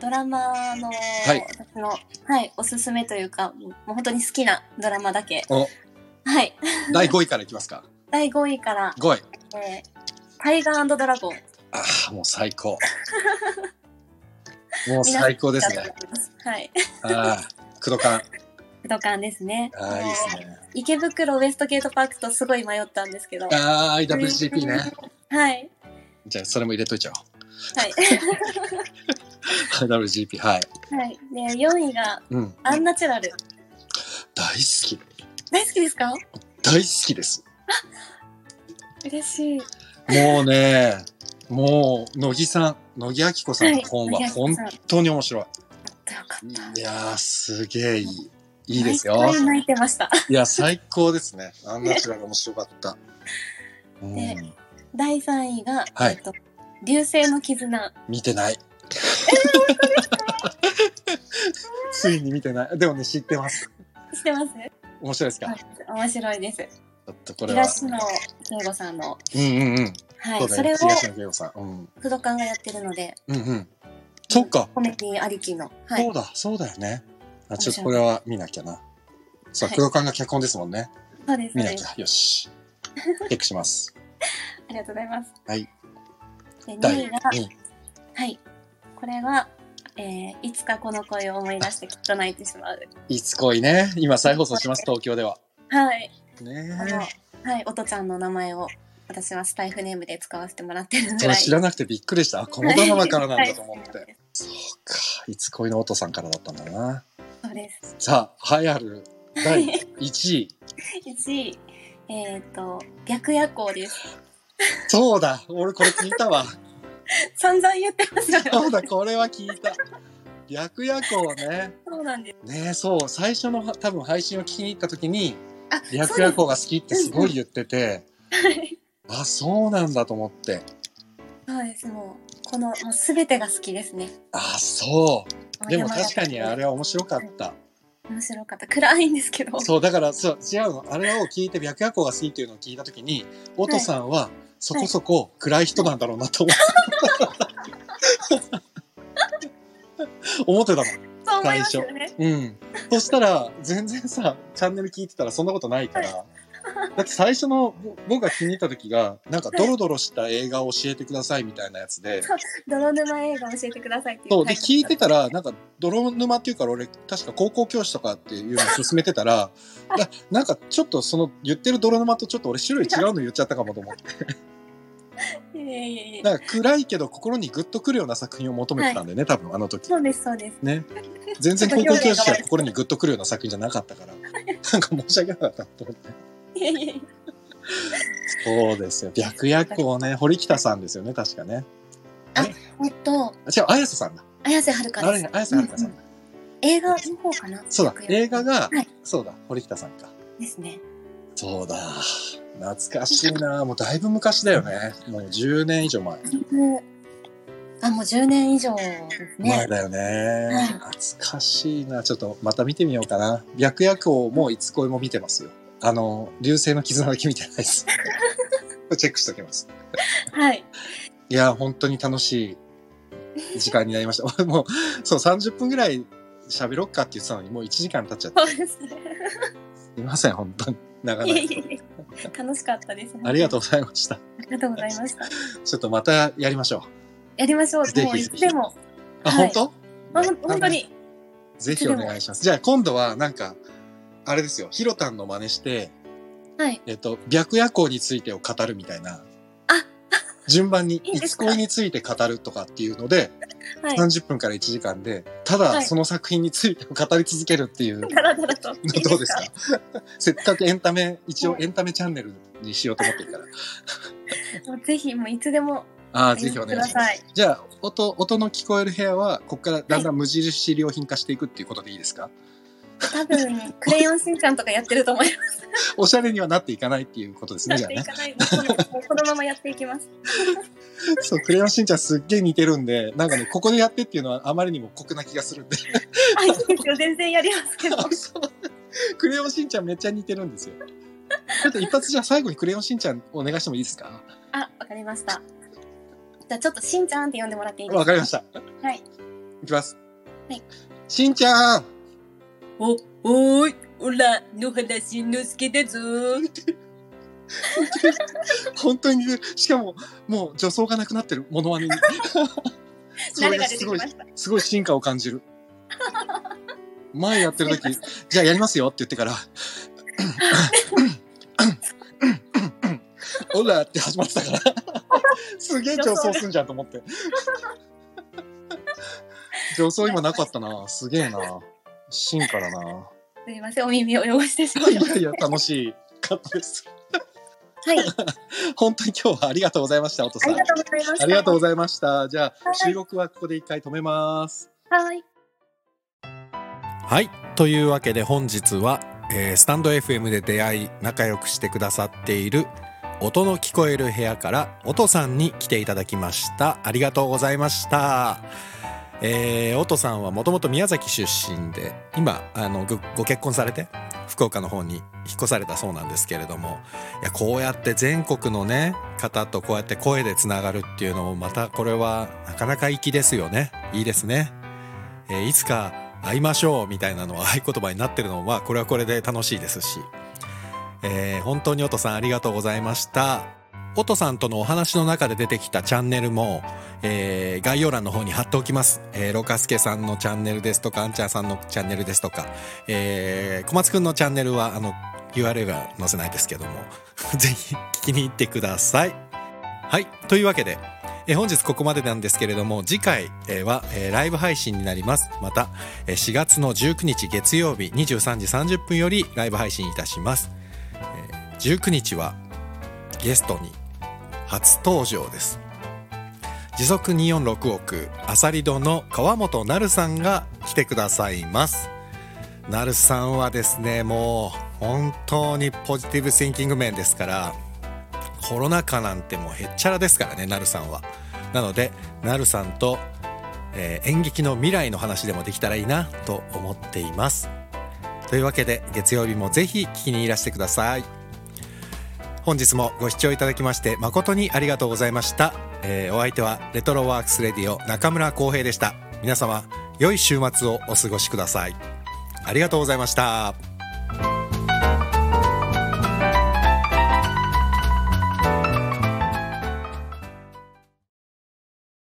Speaker 2: ドラマの、
Speaker 1: い
Speaker 2: 私の、はい、おすすめというか、もう本当に好きなドラマだけ。
Speaker 1: お
Speaker 2: はい。
Speaker 1: 第5位からいきますか。
Speaker 2: 第5位から、
Speaker 1: 5位。
Speaker 2: えー、タイガードラゴン。
Speaker 1: ああ、もう最 高。もう最高です
Speaker 2: だ
Speaker 1: ね
Speaker 2: と。思いますはい。
Speaker 1: ああ、黒缶。
Speaker 2: 武道館ですね。
Speaker 1: ああ、いいですね。
Speaker 2: 池袋ウエストゲートパークとすごい迷ったんですけど。
Speaker 1: ああ、IWGP ね。
Speaker 2: はい。
Speaker 1: じゃあ、それも入れといちゃ
Speaker 2: はい。
Speaker 1: おう。IWGP、はい。
Speaker 2: はい。で、4位が、
Speaker 1: うん。
Speaker 2: アンナチュラル。
Speaker 1: 大好き。
Speaker 2: 大好きですか
Speaker 1: 大好きです。
Speaker 2: 嬉しい。
Speaker 1: もうね、もう、乃木さん、乃木明子さんの本は本
Speaker 2: やっ
Speaker 1: 当に面白い。
Speaker 2: たよかった。
Speaker 1: いやー、すげえいい。いいですよ。
Speaker 2: 毎回泣いてました。
Speaker 1: いや、最高ですね。アンナチュラル面白かった。うん
Speaker 2: ね第三位が、
Speaker 1: はい
Speaker 2: えっと、流星の絆。
Speaker 1: 見てない。ついに見てない。でもね、知ってます。
Speaker 2: してます
Speaker 1: 面白いですか、
Speaker 2: はい面白いです。
Speaker 1: ちょっとこれは。
Speaker 2: 東野圭吾さんの、
Speaker 1: うんうんうん。
Speaker 2: は
Speaker 1: そうだ
Speaker 2: い、それ
Speaker 1: ね
Speaker 2: を。
Speaker 1: 東野圭吾さん。うん。
Speaker 2: 不動感がやってるので、
Speaker 1: うんうん。そっか。
Speaker 2: コメディありきの。は
Speaker 1: そ
Speaker 2: い。
Speaker 1: うだ、そうだよね。あ、
Speaker 2: 面白い
Speaker 1: ちょっとこれは見なきゃな。そう、
Speaker 2: はい
Speaker 1: 黒缶が脚本ですもんね。
Speaker 2: そうです、
Speaker 1: 見
Speaker 2: そ
Speaker 1: な
Speaker 2: うで
Speaker 1: き
Speaker 2: す。
Speaker 1: ゃ。よし。チェックします。
Speaker 2: ありがとうございます。
Speaker 1: はい。
Speaker 2: で、2
Speaker 1: 第
Speaker 2: 位が、
Speaker 1: 2位。
Speaker 2: はい。これは、えーいつかこの恋を思い出してきっと泣いてしまう。
Speaker 1: いつ恋ね。今再放送します、東京では。
Speaker 2: はい。あの、
Speaker 1: ね
Speaker 2: はい、おとちゃんの名前を、私はスタイフネームで使わせてもらってる
Speaker 1: え。
Speaker 2: ぐ
Speaker 1: そ
Speaker 2: ら
Speaker 1: れ
Speaker 2: い。
Speaker 1: 知らなくてびっくりした。あこのドラマからなんだと 思っ
Speaker 2: はい
Speaker 1: て。。そうか。 いつ恋のお父さんからだったんだな。
Speaker 2: そうです。
Speaker 1: さあ、栄えある第1位。
Speaker 2: 1位、えっ、と、白夜行です。
Speaker 1: そうだ、俺これ聞いた わ。
Speaker 2: 散々言ってます よね。
Speaker 1: そうだ、これは聞いた。白夜行ね。
Speaker 2: そうなんです。
Speaker 1: ねえ、そう、最初の多分配信を聞きに行った時に、
Speaker 2: あ、
Speaker 1: 白夜行が好きってすごい言ってて、あ、そうなんだと思って。
Speaker 2: そうです。もう、この、もうすべてが好きですね。
Speaker 1: あ、そう。でも確かにあれ
Speaker 2: は。
Speaker 1: は面白かった。
Speaker 2: 面白かった。暗いんですけど。
Speaker 1: そう、だから、そう、違うの。あれを聞いて白夜行が好きっていうのを聞いた時に、おとさんはそこそこ暗い人なんだろうなと思って。 思ってたの。
Speaker 2: そう思いますよね。
Speaker 1: うん。そしたら、全然さ、チャンネル聞いてたらそんなことないから。だって最初のぼ僕が気に入った時が、なんかドロドロした映画を教えてくださいみたいなやつで、
Speaker 2: 泥沼映画教えてくださいっていう。
Speaker 1: そう、で、聞いて
Speaker 2: た。
Speaker 1: たら、なんか泥沼っていうから俺、確か高校教師とかっていうのを勧めてた ら、いやなんかちょっとその言ってる泥沼とちょっと俺種類違うの言っちゃったかもと 思って、
Speaker 2: いえいえいえ。
Speaker 1: なんか暗いけど心にグッとくるような作品を求めてたんだよね、多分あの時。
Speaker 2: そうです、そうです。
Speaker 1: ね。全然高校教師は心にグッとくるような作品じゃなかった から、なんか申し訳なかったと思って。
Speaker 2: い えいえい
Speaker 1: そうですよ。白夜行ね、堀北さんですよね、確かね。
Speaker 2: え。えっと、
Speaker 1: あ違う、綾瀬さんだ。
Speaker 2: 綾瀬はるか
Speaker 1: あ
Speaker 2: で
Speaker 1: れ
Speaker 2: す。
Speaker 1: 綾瀬はるかさんだ。
Speaker 2: 映画の方かな
Speaker 1: そうだ、映画が、
Speaker 2: はい
Speaker 1: そうだ、堀北さんか。
Speaker 2: ですね。
Speaker 1: そうだ、懐かしいな。もうだいぶ昔だよね。もう10年以上前。
Speaker 2: あ、もう10年以上です
Speaker 1: 前
Speaker 2: ね。
Speaker 1: だよね、
Speaker 2: はい
Speaker 1: 懐かしいな。ちょっとまた見てみようかな。白夜行もいつ恋も見てますよ。あの、流星の絆だけ見てない です。チェックしときます。
Speaker 2: はい。
Speaker 1: いや、本当に楽しい時間になりました。俺 もう、そう、30分ぐらい喋ろっかって言ってたのに、もう1時間経っちゃって。
Speaker 2: そうですね。
Speaker 1: すいません、本当に。長
Speaker 2: いえ
Speaker 1: 々
Speaker 2: い
Speaker 1: と。
Speaker 2: えいえ。楽しかったです。
Speaker 1: ありがとうございました。
Speaker 2: ありがとうございました。
Speaker 1: ちょっとまたやりましょ
Speaker 2: やりましょう。
Speaker 1: ぜひ
Speaker 2: もういつでも。
Speaker 1: う。あ、
Speaker 2: はい
Speaker 1: 本当
Speaker 2: あほん本当。に。
Speaker 1: ぜひお願いします。じゃあ今度はなんか、あれですよ、ひろたんの真似して、
Speaker 2: はい。
Speaker 1: えっと、白夜行についてを語るみたいな。
Speaker 2: あ
Speaker 1: 順番に、
Speaker 2: いい
Speaker 1: い
Speaker 2: で
Speaker 1: つ
Speaker 2: すか
Speaker 1: 恋について語るとかっていうので、
Speaker 2: はい。
Speaker 1: 30分から1時間で、た
Speaker 2: は
Speaker 1: だ
Speaker 2: い
Speaker 1: その作品について語り続けるっていう。
Speaker 2: だらだらと。いい
Speaker 1: どうですかせっかくエンタメ、一応エンタメチャンネルにしようと思ってるから。
Speaker 2: もうぜひ、もういつでも。
Speaker 1: ああ、
Speaker 2: ぜ
Speaker 1: ぜ
Speaker 2: ひ
Speaker 1: ひ
Speaker 2: お
Speaker 1: お
Speaker 2: 願
Speaker 1: 願い
Speaker 2: いし
Speaker 1: し
Speaker 2: ま
Speaker 1: ますす。じゃあ、音、音の聞こえる部屋は、ここからだんだん無印良品化していくっていうことでいいですか、
Speaker 2: 多分、クレヨンしんちゃんとかやってると思います。
Speaker 1: おしゃれにはなっていかないっていうことですね、
Speaker 2: な
Speaker 1: じ
Speaker 2: っ
Speaker 1: ゃあ
Speaker 2: てい
Speaker 1: ね。
Speaker 2: かない。もうこのもうこのままやっていきます。
Speaker 1: そう、クレヨンしんちゃんすっげえ似てるんで、なんかね、ここでやってっていうのはあまりにも酷な気がするん で。
Speaker 2: あ、いいですよ。全然やりますけど。
Speaker 1: クレヨンしんちゃんめっちゃ似てるんですよ。ちょっと一発じゃあ最後にクレヨンしんちゃんお願いしてもいいですか
Speaker 2: あ、わかりました。じゃあ、ちょっとしんちゃんって呼んでもらっていいですか
Speaker 1: わかりました。
Speaker 2: はい。
Speaker 1: いきます。
Speaker 2: はい。
Speaker 1: しんちゃん
Speaker 2: お、おーい。おら、野原しんのすけだぞー。
Speaker 1: 本当に似てるしかももう助走がなくなってるモノ マネにそ
Speaker 2: 誰
Speaker 1: れ
Speaker 2: が
Speaker 1: が
Speaker 2: 出て
Speaker 1: す
Speaker 2: き
Speaker 1: ご
Speaker 2: ま
Speaker 1: い
Speaker 2: した。
Speaker 1: すごい進化を感じる前やってる時「じゃあやりますよ」って言ってから「オラ」って始まってたからすげえ助走すんじゃんと思って助走今なかったなすげえな進化だな
Speaker 2: すみません、お耳を汚してしまい
Speaker 1: い
Speaker 2: まし
Speaker 1: やいや楽しい
Speaker 3: かったです。
Speaker 2: はい。
Speaker 3: 本当に今日はありがとうございました、おと
Speaker 2: あ
Speaker 3: さ
Speaker 2: り
Speaker 3: ん
Speaker 2: が。とうございました。
Speaker 3: ありがとうご
Speaker 2: ざい
Speaker 3: ざいました。じゃあ、
Speaker 2: はい
Speaker 3: 収録はここで一回止めます。
Speaker 2: ます。はい。
Speaker 1: はいというわけで本日は、えースタンド FM で出会い仲良くしてくださっている音の聞こえる部屋から音さんに来ていただきましたありがとうございました、えー、音さんはもともと宮崎出身で今あのごご結婚されて福岡の方に引っ越されたそうなんですけれどもいやこうやって全国のね方とこうやって声でつながるっていうのもまたこれはなかなか粋ですよねいいですね、えーいつか会いましょうみたいなのは合言葉になってるのはこれはこれで楽しいですし、えー本当におとさんありがとうございましたおとさんとのお話の中で出てきたチャンネルも、えー概要欄の方に貼っておきます、えーろかすけさんのチャンネルですとかあんちゃんさんのチャンネルですとか、えー小松くんのチャンネルはあの URL は載せないですけども ぜひ聞きに行ってくださいはいというわけでえー本日ここまでなんですけれども次回えーはえーライブ配信になりますまたえー4月の19日月曜日23時30分よりライブ配信いたしますえー19日はゲストに初登場です時速246億あさり戸の川本なるさんが来てくださいますなるさんはですねもう本当にポジティブシンキング面ですからコロナ禍なんてもうへっちゃらですからねなるさんはなのでなるさんと、えー演劇の未来の話でもできたらいいなと思っていますというわけで月曜日もぜひ聞きにいらしてください本日もご視聴いただきまして誠にありがとうございました、えーお相手はレトロワークスレディオ中村浩平でした皆様良い週末をお過ごしくださいありがとうございました